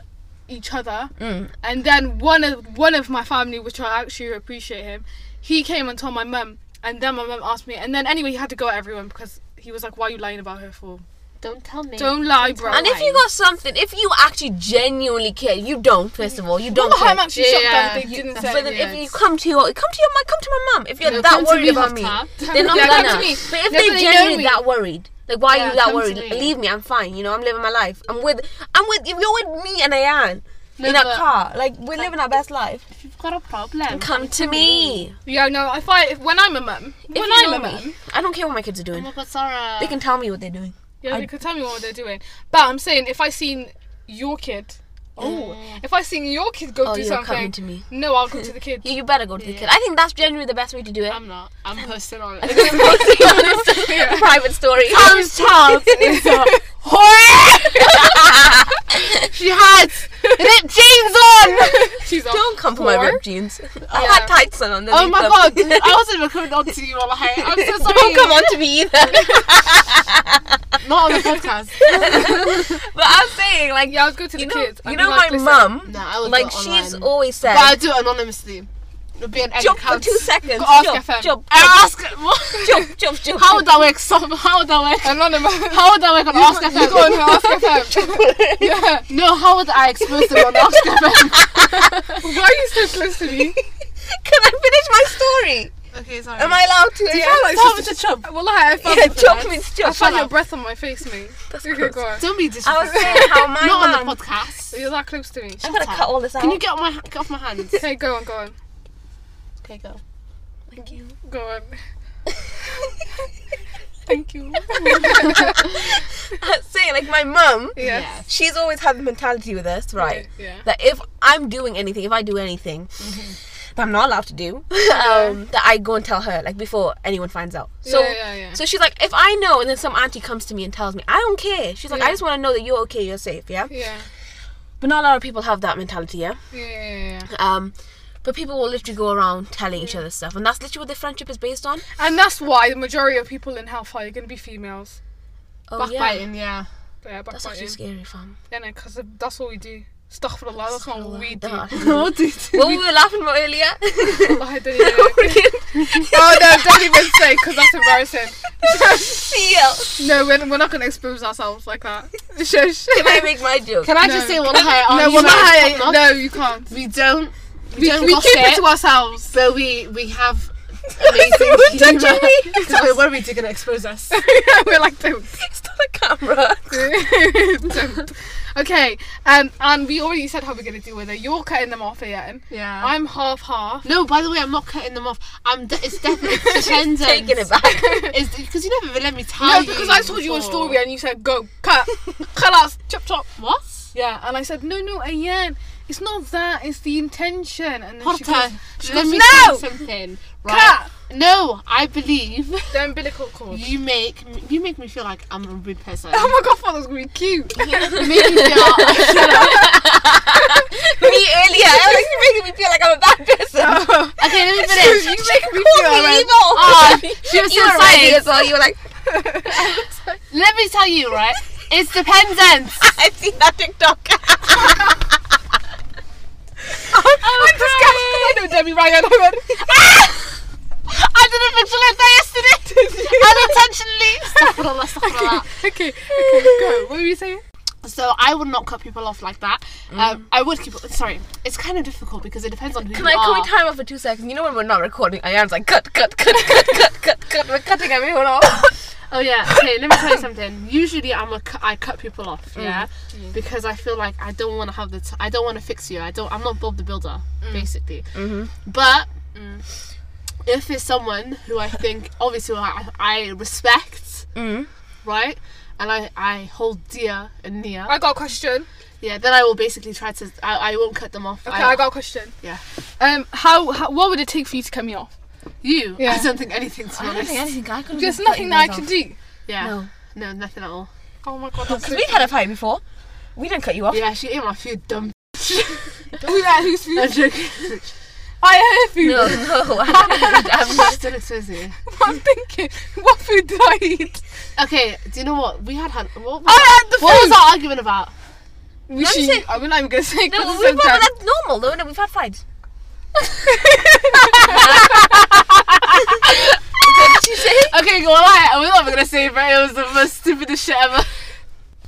Speaker 3: each other
Speaker 1: Mm.
Speaker 3: and then one of one of my family which i actually appreciate him he came and told my mum and then my mum asked me and then anyway he had to go at everyone because he was like why are you lying about her for
Speaker 2: Don't tell me.
Speaker 3: don't lie bro
Speaker 1: And if you got something, if you actually genuinely care, you don't. First of all, you don't
Speaker 3: Remember how
Speaker 1: care.
Speaker 3: I'm actually
Speaker 2: Yeah,
Speaker 3: shocked
Speaker 2: yeah.
Speaker 3: that they
Speaker 2: You-
Speaker 3: didn't
Speaker 2: that's
Speaker 3: say
Speaker 1: But then
Speaker 3: it.
Speaker 1: if you come to your come to your mum, come to my mum. If you're
Speaker 2: No,
Speaker 1: that
Speaker 2: come to
Speaker 1: worried
Speaker 2: me,
Speaker 1: about me,
Speaker 2: Hafsa.
Speaker 1: they're not
Speaker 3: Yeah, come
Speaker 1: gonna.
Speaker 3: to me.
Speaker 1: But if
Speaker 3: No, but
Speaker 1: they're
Speaker 3: they know
Speaker 1: genuinely
Speaker 3: me.
Speaker 1: that worried, like why are
Speaker 2: Yeah,
Speaker 1: you that
Speaker 2: come to
Speaker 1: worried?
Speaker 2: me.
Speaker 1: Leave me, I'm fine. You know, I'm living my life. I'm with, I'm with. If you're with me and Ayan
Speaker 2: No,
Speaker 1: in a
Speaker 2: but-
Speaker 1: car, like we're living our best life.
Speaker 2: If you've got a problem,
Speaker 1: Come to me.
Speaker 3: yeah no if i if, when i'm a mum
Speaker 1: If
Speaker 3: when
Speaker 1: you
Speaker 3: i'm
Speaker 1: know
Speaker 3: a
Speaker 1: me.
Speaker 3: mum
Speaker 1: I don't care what my kids are
Speaker 2: Oh
Speaker 1: doing.
Speaker 2: my god, Sarah.
Speaker 1: They can tell me what they're doing.
Speaker 3: yeah
Speaker 1: I-
Speaker 3: they could tell me what they're doing but i'm saying if i seen your kid oh if i seen your kid go
Speaker 1: Oh,
Speaker 3: do
Speaker 1: you're coming
Speaker 3: something
Speaker 1: to me.
Speaker 3: no i'll go to the kid
Speaker 1: You, you better go to the kid. I think that's genuinely the best way to do it.
Speaker 2: I'm not. I'm posting on it.
Speaker 1: A private story.
Speaker 3: Tom's child is a whore. she had ripped jeans on. She's a
Speaker 1: Don't come for my
Speaker 3: whore.
Speaker 1: ripped jeans. I had tights on.
Speaker 2: Oh my
Speaker 1: underneath them.
Speaker 2: god, I wasn't even coming on to you, Wallahi. I'm so sorry.
Speaker 1: Don't come on to me either.
Speaker 2: Not on the podcast.
Speaker 1: But I'm saying, like,
Speaker 3: Yeah, I would go to the
Speaker 1: you know,
Speaker 3: kids. I'd
Speaker 1: you
Speaker 3: be
Speaker 1: know
Speaker 3: like,
Speaker 1: my
Speaker 3: "Listen,
Speaker 1: mum,
Speaker 2: No, I would
Speaker 1: like,
Speaker 2: do it
Speaker 1: she's
Speaker 2: online.
Speaker 1: always said,
Speaker 2: But I do it anonymously. It'll be an egg
Speaker 1: jump for
Speaker 2: account.
Speaker 1: two seconds.
Speaker 3: Ask
Speaker 1: Jump,
Speaker 3: FM.
Speaker 1: jump,
Speaker 2: I ask what?
Speaker 1: jump, jump, jump.
Speaker 2: How would that work? Some, how would that work?
Speaker 3: Anonymous.
Speaker 2: How would that work on Ask
Speaker 3: You go
Speaker 2: FM?
Speaker 3: on Ask FM. yeah.
Speaker 2: No, how would I expose them on Ask FM?
Speaker 3: Why are you so close to me?
Speaker 1: Can I finish my story?
Speaker 2: Okay, sorry.
Speaker 1: Am I allowed to?
Speaker 3: you
Speaker 1: Yeah.
Speaker 3: feel like
Speaker 2: Stop with the chump.
Speaker 3: Well, I found,
Speaker 1: Yeah, jump means
Speaker 3: I
Speaker 1: jump.
Speaker 3: found
Speaker 1: Shut
Speaker 3: your
Speaker 1: up.
Speaker 3: breath on my face, mate.
Speaker 1: That's
Speaker 3: okay,
Speaker 1: gross.
Speaker 3: go on.
Speaker 2: Don't be
Speaker 1: I was
Speaker 2: disrespectful.
Speaker 1: saying how my
Speaker 2: Not on
Speaker 1: mum.
Speaker 2: the podcast.
Speaker 3: You're that close to me.
Speaker 1: I'm gonna
Speaker 2: Shut up.
Speaker 1: cut all this out.
Speaker 2: Can you get off my get off my hands?
Speaker 3: Okay, go on, go on,
Speaker 2: Okay, go.
Speaker 1: Thank you.
Speaker 3: go on. Thank you.
Speaker 1: I was saying, like, my mum,
Speaker 3: Yes.
Speaker 1: she's always had the mentality with us, right?
Speaker 3: Yeah. Mm-hmm.
Speaker 1: that if I'm doing anything, if I do anything that I'm not allowed to do, um, that I go and tell her like before anyone finds out. So,
Speaker 3: Yeah, yeah, yeah.
Speaker 1: so she's like, if I know, and then some auntie comes to me and tells me, I don't care. She's like, I
Speaker 3: Yeah.
Speaker 1: just want to know that you're okay, you're safe, yeah.
Speaker 3: Yeah.
Speaker 1: But not a lot of people have that mentality, yeah.
Speaker 3: Yeah. Yeah. yeah.
Speaker 1: Um, but people will literally go around telling each other stuff, and that's literally what their friendship is based on.
Speaker 3: And that's why the majority of people in Hellfire are going to be females.
Speaker 1: Oh yeah,
Speaker 2: Backbiting, yeah.
Speaker 3: Yeah,
Speaker 1: that's actually
Speaker 3: backbiting.
Speaker 1: scary, fam.
Speaker 3: Yeah, because that's what we do. Astaghfirullah, that's not what we do.
Speaker 1: That-
Speaker 2: What did
Speaker 1: what we were laughing about earlier.
Speaker 3: I don't even know. Oh no, don't even say, because that's embarrassing.
Speaker 1: Feel.
Speaker 3: No, we're, we're not going to expose ourselves like that. Shush.
Speaker 1: Can I make my joke?
Speaker 2: Can I
Speaker 3: No.
Speaker 2: just say one high?
Speaker 3: no, we're not high- No, you can't.
Speaker 2: We don't. We,
Speaker 3: We,
Speaker 2: don't
Speaker 3: we
Speaker 2: gossip,
Speaker 3: keep it to ourselves.
Speaker 2: but we we have amazing
Speaker 1: Don't you mean?
Speaker 2: humor. So we're worried you're gonna expose us.
Speaker 3: we're like, don't.
Speaker 1: It's not a camera.
Speaker 3: don't. Okay, um, and we already said how we're going to deal with it. You're cutting them off, Ian.
Speaker 2: Yeah.
Speaker 3: I'm half half.
Speaker 2: no, by the way, I'm not cutting them off. I'm. De- it's definitely dependent.
Speaker 1: Taking it back.
Speaker 2: It's because you never let me tell
Speaker 3: No,
Speaker 2: you.
Speaker 3: because I told you a
Speaker 2: before.
Speaker 3: story and you said, go, cut, cut us, chop chop.
Speaker 2: What?
Speaker 3: Yeah, and I said, no, no, Ayan, it's not that, it's the intention. And then she goes,
Speaker 2: Porta,
Speaker 3: she
Speaker 2: let
Speaker 3: goes,
Speaker 2: me
Speaker 3: no,
Speaker 2: tell you something. Right?
Speaker 3: cat.
Speaker 2: No, I believe
Speaker 3: The umbilical cord.
Speaker 2: you make me- you make me feel like I'm a rude person.
Speaker 3: Oh my god, I thought that was gonna be cute.
Speaker 2: You make me feel
Speaker 1: me earlier. I was making me feel like I'm a bad person.
Speaker 2: okay. Let me finish.
Speaker 3: Oh, you make me
Speaker 1: Call
Speaker 3: feel
Speaker 1: me
Speaker 3: like- Oh,
Speaker 1: evil.
Speaker 2: Ah, she was
Speaker 1: you
Speaker 2: so
Speaker 1: were ready
Speaker 2: excited.
Speaker 1: as well. You were like,
Speaker 2: Let me tell you, right? It's dependent.
Speaker 1: I've seen that TikTok.
Speaker 3: I'm disgusted. I know Debbie Ryan. I went,
Speaker 2: I did a vigilante yesterday. Unintentionally. Stop it, Allah, stop it, Allah.
Speaker 3: okay, okay, go. What were you saying?
Speaker 2: So I would not cut people off like that. Um, I would keep. Sorry, it's kind of difficult because it depends on who
Speaker 1: Can
Speaker 2: you
Speaker 1: I can
Speaker 2: are.
Speaker 1: we time out for two seconds? You know when we're not recording, Ayan's like cut, cut, cut, cut, cut, cut, cut. We're cutting everyone off.
Speaker 2: Oh yeah. Okay, let me tell you something. Usually I'm a cu- I cut people off, yeah, because I feel like I don't want to have the t- I don't want to fix you. I don't. I'm not Bob the Builder, basically. But Mm. if it's someone who I think obviously who I, I respect,
Speaker 1: Mm.
Speaker 2: right, and I I hold dear and near,
Speaker 3: I got a question.
Speaker 2: yeah, then I will basically try to I, I won't cut them off.
Speaker 3: Okay, I, got a question.
Speaker 2: yeah.
Speaker 3: Um, how, how what would it take for you to cut me off?
Speaker 2: You,
Speaker 3: Yeah.
Speaker 2: I don't think anything to be
Speaker 1: I don't
Speaker 2: honest.
Speaker 1: think anything I could.
Speaker 3: There's nothing that I can do.
Speaker 2: yeah.
Speaker 1: No.
Speaker 2: No, nothing at all.
Speaker 3: Oh my god, that's
Speaker 1: Because we've had a fight before. We didn't cut you off.
Speaker 2: Yeah, she ate my food, dumb.
Speaker 3: Who that? Who's food?
Speaker 2: I'm joking.
Speaker 3: I heard food.
Speaker 1: No, no. I'm
Speaker 2: She's still expensive.
Speaker 3: I'm thinking, what food did I eat?
Speaker 2: Okay, do you know what? We had. had what,
Speaker 3: I had the food.
Speaker 2: what was our argument about?
Speaker 3: We
Speaker 1: I'm
Speaker 3: should,
Speaker 1: saying-
Speaker 3: I'm not even gonna say. it 'cause
Speaker 1: no,
Speaker 3: it's
Speaker 1: we've
Speaker 3: so bad.
Speaker 1: that's normal though. No, we've had fights. what did you say?
Speaker 2: Okay, go on. I, I was not even gonna say it, but it was the most stupidest shit ever.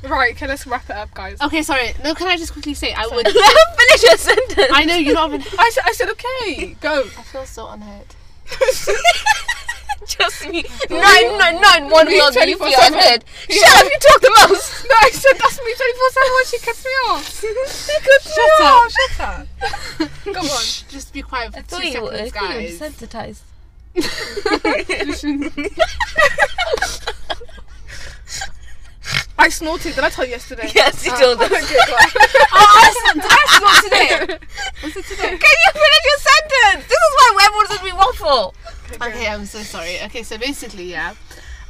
Speaker 3: Right, okay, let's wrap it up, guys.
Speaker 2: Okay, sorry. No, can I just quickly say I would.
Speaker 1: Let her finish her sentence.
Speaker 2: I know you're not even.
Speaker 3: I said, I said, okay, go.
Speaker 2: I feel so unheard.
Speaker 1: Trust me. Nine, nine, nine, one
Speaker 3: Me
Speaker 1: will be
Speaker 3: 24/7.
Speaker 1: your head. Shut up, you talk the most.
Speaker 3: No, I said that's me 24 7 when she cuts me off.
Speaker 1: You could
Speaker 2: Shut up.
Speaker 3: shut up. Come on.
Speaker 2: Shh, just be quiet for
Speaker 1: I
Speaker 2: two
Speaker 1: thought you were, I
Speaker 2: seconds,
Speaker 1: thought you were
Speaker 2: guys.
Speaker 1: desensitized.
Speaker 3: I snorted, did I tell you yesterday? Oh,
Speaker 1: Yes, you told us.
Speaker 3: Okay, go on.
Speaker 2: Oh,
Speaker 1: I snorted today.
Speaker 2: Was it today?
Speaker 1: Can you finish your sentence? This is why everyone's going to be waffle.
Speaker 2: Okay, I'm so sorry. Okay, so basically, yeah.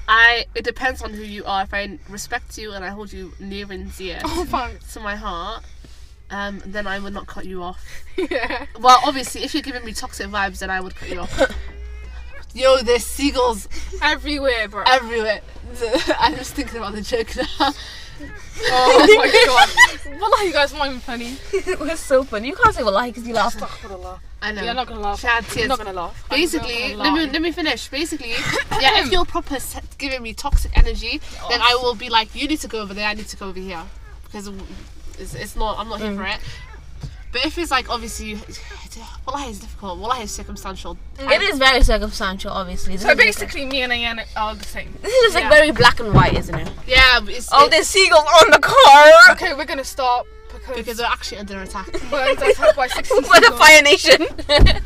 Speaker 2: I it depends on who you are. If I respect you and I hold you near and dear
Speaker 3: Oh, fine.
Speaker 2: to my heart, um, then I would not cut you off.
Speaker 3: Yeah.
Speaker 2: Well, obviously, if you're giving me toxic vibes, then I would cut you off. Yo, there's seagulls
Speaker 3: Everywhere, bro.
Speaker 2: everywhere. I'm just thinking about the joke now.
Speaker 3: Oh my god. Wallah, you guys are not even funny.
Speaker 1: it was so funny. You can't say well, like, because you laughed.
Speaker 3: I'm gonna laugh.
Speaker 2: I know.
Speaker 3: You're not gonna laugh.
Speaker 2: She had tears.
Speaker 3: I'm not gonna laugh. I'm
Speaker 2: Basically,
Speaker 3: not gonna
Speaker 2: let me
Speaker 3: laugh.
Speaker 2: let me finish. Basically, yeah, if you're proper s- giving me toxic energy, then I will be like, you need to go over there. I need to go over here because w- it's, it's not. I'm not here for it. But if it's like obviously, wallahi is difficult. Wallahi is circumstantial.
Speaker 1: It is very circumstantial, obviously. This
Speaker 3: So
Speaker 1: is-
Speaker 3: basically, me and Ayan are the same.
Speaker 1: this is like
Speaker 2: Yeah.
Speaker 1: very black and white, isn't it?
Speaker 2: Yeah, but it's,
Speaker 1: Oh,
Speaker 2: it's
Speaker 1: there's seagulls on the car.
Speaker 3: Okay, we're gonna stop because,
Speaker 2: because we're actually under attack.
Speaker 3: we're under attack by 60
Speaker 1: When the
Speaker 3: seagulls.
Speaker 1: Fire Nation.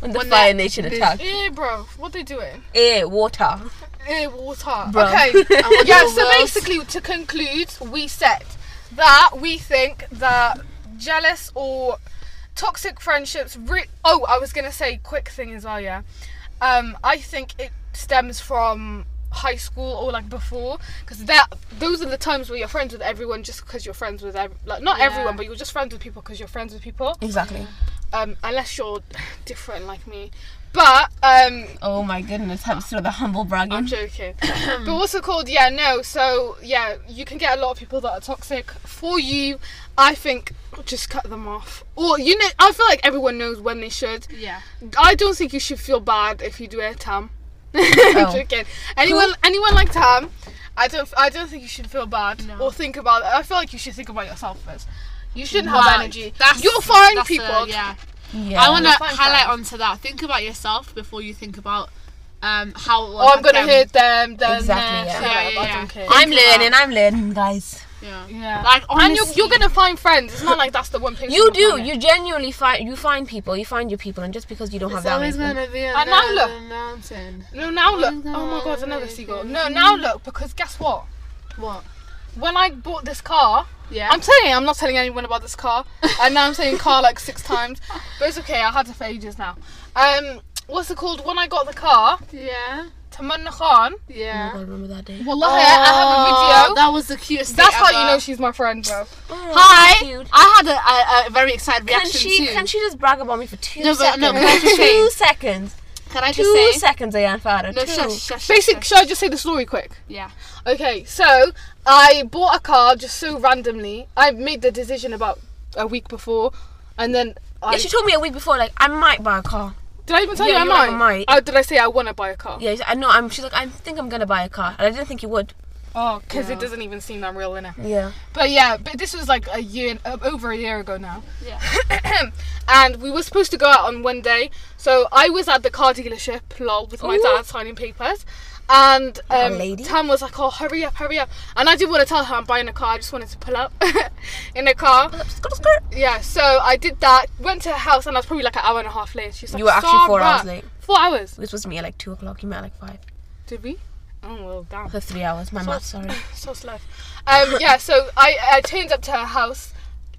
Speaker 1: when the
Speaker 2: When
Speaker 1: Fire
Speaker 2: the-
Speaker 1: Nation
Speaker 2: the-
Speaker 1: attacked.
Speaker 3: Eh, bro, what they doing?
Speaker 1: Eh, water.
Speaker 3: Eh, water.
Speaker 1: Bro.
Speaker 3: Okay.
Speaker 2: I want
Speaker 3: yeah,
Speaker 2: your
Speaker 3: so
Speaker 2: worst-
Speaker 3: basically, to conclude, we said that we think that jealous or toxic friendships. Re- oh, I was gonna say quick thing as well. Yeah, um, I think it stems from high school or like before because that those are the times where you're friends with everyone just because you're friends with ev- like not
Speaker 2: Yeah.
Speaker 3: everyone but you're just friends with people because you're friends with people
Speaker 1: Exactly.
Speaker 3: um unless you're different like me but um
Speaker 1: Oh my goodness, have sort of the humble
Speaker 3: I'm
Speaker 1: bragging.
Speaker 2: Um.
Speaker 3: joking. but what's it called? Yeah, no. So yeah, you can get a lot of people that are toxic for you. I think just cut them off. Or you know, I feel like everyone knows when they should.
Speaker 2: yeah.
Speaker 3: I don't think you should feel bad if you do it, Tam.
Speaker 1: Oh.
Speaker 3: I'm joking. Anyone, anyone like Tam, I don't, I don't think you should feel bad
Speaker 2: No.
Speaker 3: or think about it. I feel like you should think about yourself first. You shouldn't
Speaker 2: Wow,
Speaker 3: have energy.
Speaker 2: that's-
Speaker 3: You'll find
Speaker 2: that's a-
Speaker 3: people.
Speaker 2: yeah.
Speaker 1: Yeah.
Speaker 2: I want to
Speaker 3: You'll find
Speaker 2: highlight
Speaker 3: friends.
Speaker 2: onto that. Think about yourself before you think about um how.
Speaker 3: Oh, I'm gonna
Speaker 2: them.
Speaker 3: hurt them. Then
Speaker 1: Exactly,
Speaker 3: uh,
Speaker 1: yeah.
Speaker 3: shut
Speaker 2: Yeah,
Speaker 3: up,
Speaker 2: yeah,
Speaker 3: I
Speaker 2: yeah.
Speaker 3: don't care.
Speaker 1: I'm
Speaker 2: think about-
Speaker 1: learning, I'm learning, guys.
Speaker 2: Yeah.
Speaker 3: Yeah.
Speaker 2: Like
Speaker 3: and
Speaker 2: honestly,
Speaker 3: you're, you're gonna find friends. It's not like that's the one person.
Speaker 1: You
Speaker 3: on the
Speaker 1: do.
Speaker 3: planet.
Speaker 1: You genuinely find you find people. You find your people, and just because you don't have
Speaker 2: It's
Speaker 1: that many
Speaker 2: always
Speaker 1: people,
Speaker 2: gonna be
Speaker 3: And now
Speaker 2: another
Speaker 3: look.
Speaker 2: mountain.
Speaker 3: No, now
Speaker 2: Always
Speaker 3: look.
Speaker 2: gonna
Speaker 3: Oh my god,
Speaker 2: wanna
Speaker 3: another
Speaker 2: be
Speaker 3: seagull.
Speaker 2: friends.
Speaker 3: No, now look because guess what?
Speaker 2: What?
Speaker 3: When I bought this car,
Speaker 2: Yeah.
Speaker 3: I'm telling you, I'm not telling anyone about this car, and now I'm saying car like six times. But it's okay. I had it for ages now. Um, what's it called? When I got the car,
Speaker 2: yeah.
Speaker 3: Tamanna Khan.
Speaker 1: oh my
Speaker 2: Yeah. Oh,
Speaker 1: god, remember that day.
Speaker 3: Wallahi, I have a video.
Speaker 2: That was the cutest.
Speaker 3: That's
Speaker 2: thing
Speaker 3: how
Speaker 2: ever.
Speaker 3: you know she's my friend, bro.
Speaker 1: Oh,
Speaker 2: Hi.
Speaker 1: so cute.
Speaker 2: I had a, a, a very excited
Speaker 1: Can
Speaker 2: reaction
Speaker 1: she
Speaker 2: too.
Speaker 1: can she just brag about me for two
Speaker 2: No, but-
Speaker 1: seconds?
Speaker 2: no, but I just say-
Speaker 1: two seconds.
Speaker 2: Can I just
Speaker 1: Two
Speaker 2: say?
Speaker 1: seconds, Ayan Farah.
Speaker 2: No,
Speaker 1: two.
Speaker 2: shush, shush, shush,
Speaker 3: Basic.
Speaker 2: shush.
Speaker 3: Should I just say the story quick?
Speaker 2: Yeah.
Speaker 3: Okay, so I bought a car just so randomly. I made the decision about a week before, and then I
Speaker 1: Yeah, she told me a week before, like I might buy a car.
Speaker 3: did I even tell
Speaker 1: Yeah,
Speaker 3: you I
Speaker 1: you were like,
Speaker 3: might?
Speaker 1: "I might."
Speaker 3: Oh, did I say I want to buy a car?
Speaker 1: Yeah, she's- I know. I'm. She's like, I think I'm gonna buy a car, and I didn't think you would.
Speaker 3: Oh, because
Speaker 2: Yeah.
Speaker 3: it doesn't even seem that real in it.
Speaker 1: Yeah.
Speaker 3: But yeah, but this was like a year, uh, over a year ago now.
Speaker 2: Yeah.
Speaker 3: and we were supposed to go out on one day. So I was at the car dealership, lol, with my
Speaker 1: Ooh.
Speaker 3: dad signing papers. And
Speaker 1: a
Speaker 3: um,
Speaker 1: lady.
Speaker 3: Tam was like, oh, hurry up, hurry up. And I didn't want to tell her I'm buying a car. I just wanted to pull up in a car.
Speaker 1: Skirt, skirt.
Speaker 3: Yeah, so I did that. Went to her house, and I was probably like an hour and a half late. She was like,
Speaker 1: You were actually four
Speaker 3: "Sarah."
Speaker 1: hours late.
Speaker 3: Four hours?
Speaker 1: We were supposed to meet at like two o'clock. You met at like five.
Speaker 3: Did we? Oh well, damn.
Speaker 1: For three hours. My math, sorry.
Speaker 3: So slow. Um, yeah, so I, I turned up to her house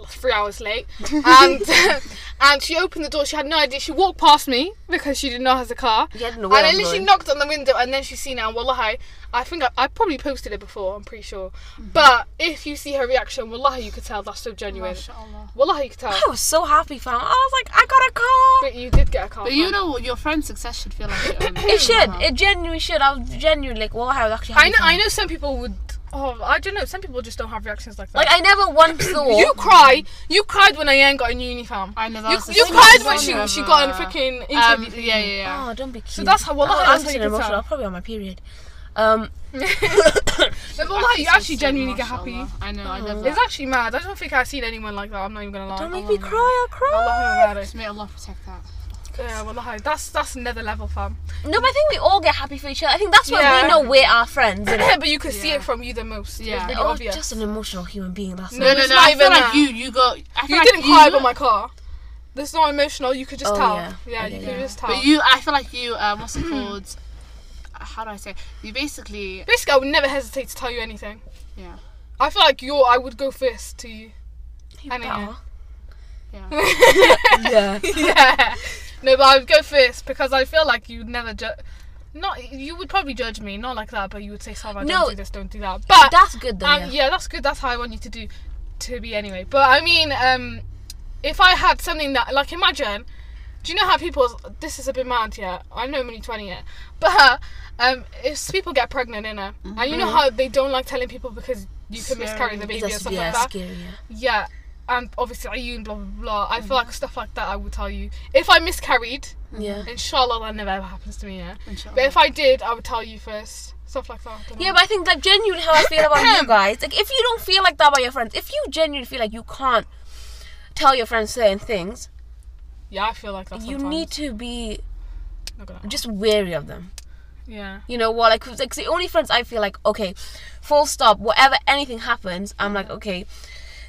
Speaker 3: three hours late, and and she opened the door. She had no idea. She walked past me because she didn't know I had a car.
Speaker 1: You didn't know
Speaker 3: and
Speaker 1: where
Speaker 3: I
Speaker 1: I'm
Speaker 3: literally
Speaker 1: going.
Speaker 3: knocked on the window, and then she seen it. And wallahi, I think I, I probably posted it before. I'm pretty sure.
Speaker 1: Mm-hmm.
Speaker 3: But if you see her reaction, wallahi, you could tell that's so genuine.
Speaker 2: Mashallah.
Speaker 3: Wallahi, you could tell.
Speaker 1: I was so happy, fam. I was like, I got a car.
Speaker 3: But you did get a car.
Speaker 2: But
Speaker 3: fam.
Speaker 2: you know what? Your friend's success should feel like your own.
Speaker 1: It should. It genuinely should. I was genuinely like, well, I was actually.
Speaker 3: I
Speaker 1: having
Speaker 3: know.
Speaker 1: fun.
Speaker 3: I know some people would. Oh, I don't know. Some people just don't have reactions like that.
Speaker 1: Like I never once thought.
Speaker 3: you cry. You cried when Ayan got in uniform.
Speaker 2: I know
Speaker 3: You,
Speaker 2: Oh, that's the
Speaker 3: you
Speaker 2: same
Speaker 3: cried
Speaker 2: as
Speaker 3: when
Speaker 2: one
Speaker 3: she
Speaker 2: of,
Speaker 3: she got in
Speaker 2: uh,
Speaker 3: freaking
Speaker 2: Um,
Speaker 3: interview.
Speaker 2: yeah, yeah, yeah.
Speaker 1: Oh, don't be cute.
Speaker 3: that's how- well,
Speaker 1: Oh, I'm
Speaker 3: that's how you
Speaker 1: getting
Speaker 3: can
Speaker 1: emotional.
Speaker 3: tell.
Speaker 1: I'm probably on my period. Um,
Speaker 3: But wallahi, you actually genuinely get happy.
Speaker 2: Mashallah. Oh, I know. I love
Speaker 3: It's
Speaker 2: that.
Speaker 3: actually mad. I don't think I've seen anyone like that. I'm not even gonna lie.
Speaker 1: don't make
Speaker 3: Allah
Speaker 1: me cry. I'll cry.
Speaker 3: Allah about it.
Speaker 2: May Allah protect that.
Speaker 3: Yeah, wallahi, that's that's another level, fam.
Speaker 1: No, but I think we all get happy for each other. I think that's why
Speaker 3: Yeah.
Speaker 1: we know we're our friends. innit?
Speaker 3: but you could see
Speaker 2: Yeah.
Speaker 3: it from you the most.
Speaker 2: Yeah.
Speaker 3: Yeah, it's really
Speaker 1: Oh,
Speaker 3: obvious.
Speaker 1: just an emotional human being. That's
Speaker 3: No,
Speaker 1: all.
Speaker 2: No, no,
Speaker 3: it's
Speaker 2: no.
Speaker 3: not
Speaker 2: I feel
Speaker 3: even
Speaker 2: like
Speaker 3: a-
Speaker 2: you, you go. I feel
Speaker 3: you
Speaker 2: like
Speaker 3: didn't cry about my car. There's no emotional. You could just
Speaker 1: Oh,
Speaker 3: tell.
Speaker 1: yeah.
Speaker 3: Yeah,
Speaker 1: Okay,
Speaker 3: you
Speaker 1: yeah.
Speaker 3: could just tell.
Speaker 2: But you, I feel like you. Um, what's it called? Uh, How do I say? it? You basically.
Speaker 3: Basically, I would never hesitate to tell you anything.
Speaker 2: Yeah.
Speaker 3: I feel like you're. I would go first to you.
Speaker 1: You
Speaker 3: I know.
Speaker 2: Yeah.
Speaker 1: better. yeah.
Speaker 3: yeah. No, but I would go first because I feel like you'd never judge. Not you would probably judge me, not like that, but you would say, "Salma,
Speaker 1: No.
Speaker 3: don't do this, don't do that." But
Speaker 1: That's good though.
Speaker 3: um,
Speaker 1: yeah.
Speaker 3: yeah. that's good. That's how I want you to do, to be anyway. But I mean, um, if I had something that, like, imagine, do you know how people? This is a bit mad, yeah. I know I'm only twenty yet, but um, if people get pregnant, innit, and you know
Speaker 1: Mm-hmm.
Speaker 3: how they don't like telling people because you can
Speaker 2: Scary.
Speaker 3: miscarry the
Speaker 1: It's
Speaker 3: baby or
Speaker 1: just-
Speaker 3: stuff
Speaker 1: yeah,
Speaker 3: like that.
Speaker 1: scary. Yeah.
Speaker 3: Yeah, and obviously I you and blah blah blah. I feel like stuff like that I would tell you. If I miscarried,
Speaker 1: Yeah.
Speaker 3: inshallah that never ever happens to me, yeah.
Speaker 2: Inshallah.
Speaker 3: But if I did, I would tell you first. Stuff like that. I don't know.
Speaker 1: Yeah, but I think like genuinely how I feel about you guys. Like if you don't feel like that about your friends, if you genuinely feel like you can't tell your friends certain things,
Speaker 3: yeah, I feel like that.
Speaker 1: you
Speaker 3: sometimes.
Speaker 1: need to be
Speaker 3: Not gonna-
Speaker 1: just wary of them.
Speaker 3: Yeah.
Speaker 1: You know what? Like, 'cause, like the only friends I feel like okay, full stop. Whatever anything happens, I'm like okay.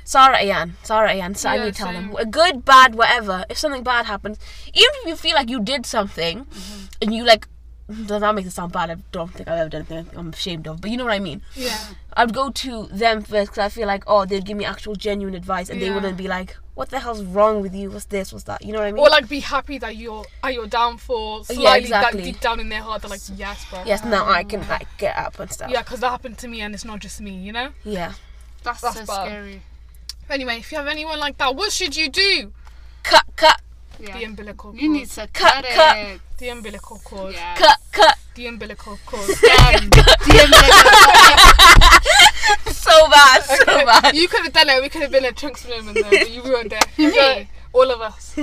Speaker 1: Sarah Ayan, Sarah Ayan, so I
Speaker 3: Yeah,
Speaker 1: need to tell them.
Speaker 3: same.
Speaker 1: A good, bad, whatever. If something bad happens, even if you feel like you did something,
Speaker 3: Mm-hmm.
Speaker 1: and you like, does that make it sound bad? I don't think I've ever done anything I'm ashamed of, but you know what I mean.
Speaker 3: Yeah.
Speaker 1: I'd go to them first because I feel like oh they'd give me actual genuine advice and they
Speaker 3: Yeah.
Speaker 1: wouldn't be like what the hell's wrong with you what's this what's that you know what I mean
Speaker 3: Or like be happy that you're at your downfall slightly
Speaker 1: exactly.
Speaker 3: that deep down in their heart they're like, Yes, bro.
Speaker 1: yes now I can like get up and stuff
Speaker 3: Yeah, because that happened to me and it's not just me, you know?
Speaker 1: yeah
Speaker 2: That's,
Speaker 3: That's
Speaker 2: so
Speaker 3: bad.
Speaker 2: scary.
Speaker 3: Anyway, if you have anyone like that, what should you do?
Speaker 1: cut cut
Speaker 2: Yeah.
Speaker 3: The umbilical cord.
Speaker 2: you need to
Speaker 1: Cut,
Speaker 2: cut,
Speaker 1: cut.
Speaker 2: it.
Speaker 3: the umbilical cord.
Speaker 2: Yeah.
Speaker 1: cut cut
Speaker 3: The umbilical cord.
Speaker 2: Damn. DM
Speaker 1: so bad so bad
Speaker 3: You could have done it. We could have been at Trunks Moment there, but you ruined it. You
Speaker 2: Me?
Speaker 3: ruined all of us. Uh,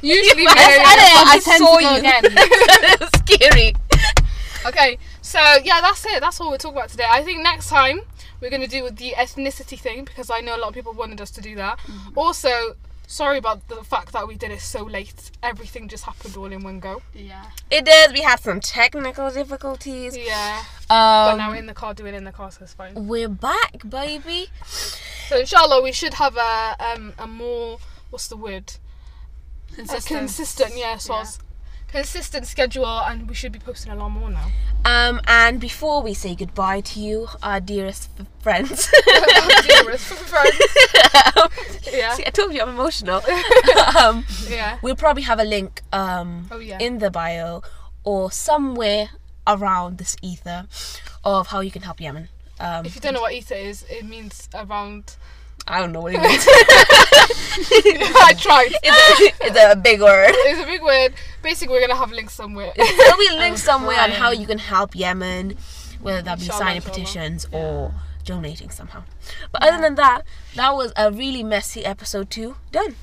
Speaker 3: Usually,
Speaker 1: I
Speaker 3: we're-
Speaker 1: said it, I
Speaker 2: pretend to
Speaker 1: saw
Speaker 2: go
Speaker 1: you
Speaker 2: again.
Speaker 1: scary
Speaker 3: okay. So yeah, that's it. That's all we're talking about today. I think next time we're gonna do with the ethnicity thing because I know a lot of people wanted us to do that. Also. Sorry about the fact that we did it so late. Everything just happened all in one go.
Speaker 2: yeah.
Speaker 1: it did we had some technical difficulties
Speaker 3: Yeah. But now
Speaker 1: um
Speaker 3: we're in the car doing it in the car, so it's fine.
Speaker 1: we're back baby
Speaker 3: So inshallah, we should have a um a more what's the word a
Speaker 2: Consistent.
Speaker 3: consistent yeah, so I was- consistent schedule, and we should be posting a lot more now.
Speaker 1: um and before we say goodbye to you our dearest f- friends
Speaker 3: yeah,
Speaker 1: See, I told you I'm emotional. um,
Speaker 3: yeah.
Speaker 1: we'll probably have a link um,
Speaker 3: Oh, yeah.
Speaker 1: in the bio or somewhere around this ether of how you can help Yemen. Um,
Speaker 3: If you don't know what ether is, it means around.
Speaker 1: I don't know what it means.
Speaker 3: I tried.
Speaker 1: it's, a, it's a big word.
Speaker 3: It's a big word. Basically, we're gonna have links somewhere.
Speaker 1: There'll be links somewhere on
Speaker 2: crying.
Speaker 1: how you can help Yemen, whether that be
Speaker 3: Inshallah,
Speaker 1: signing
Speaker 3: inshallah.
Speaker 1: petitions or donating somehow. But other than that, that was a really messy episode two. Done.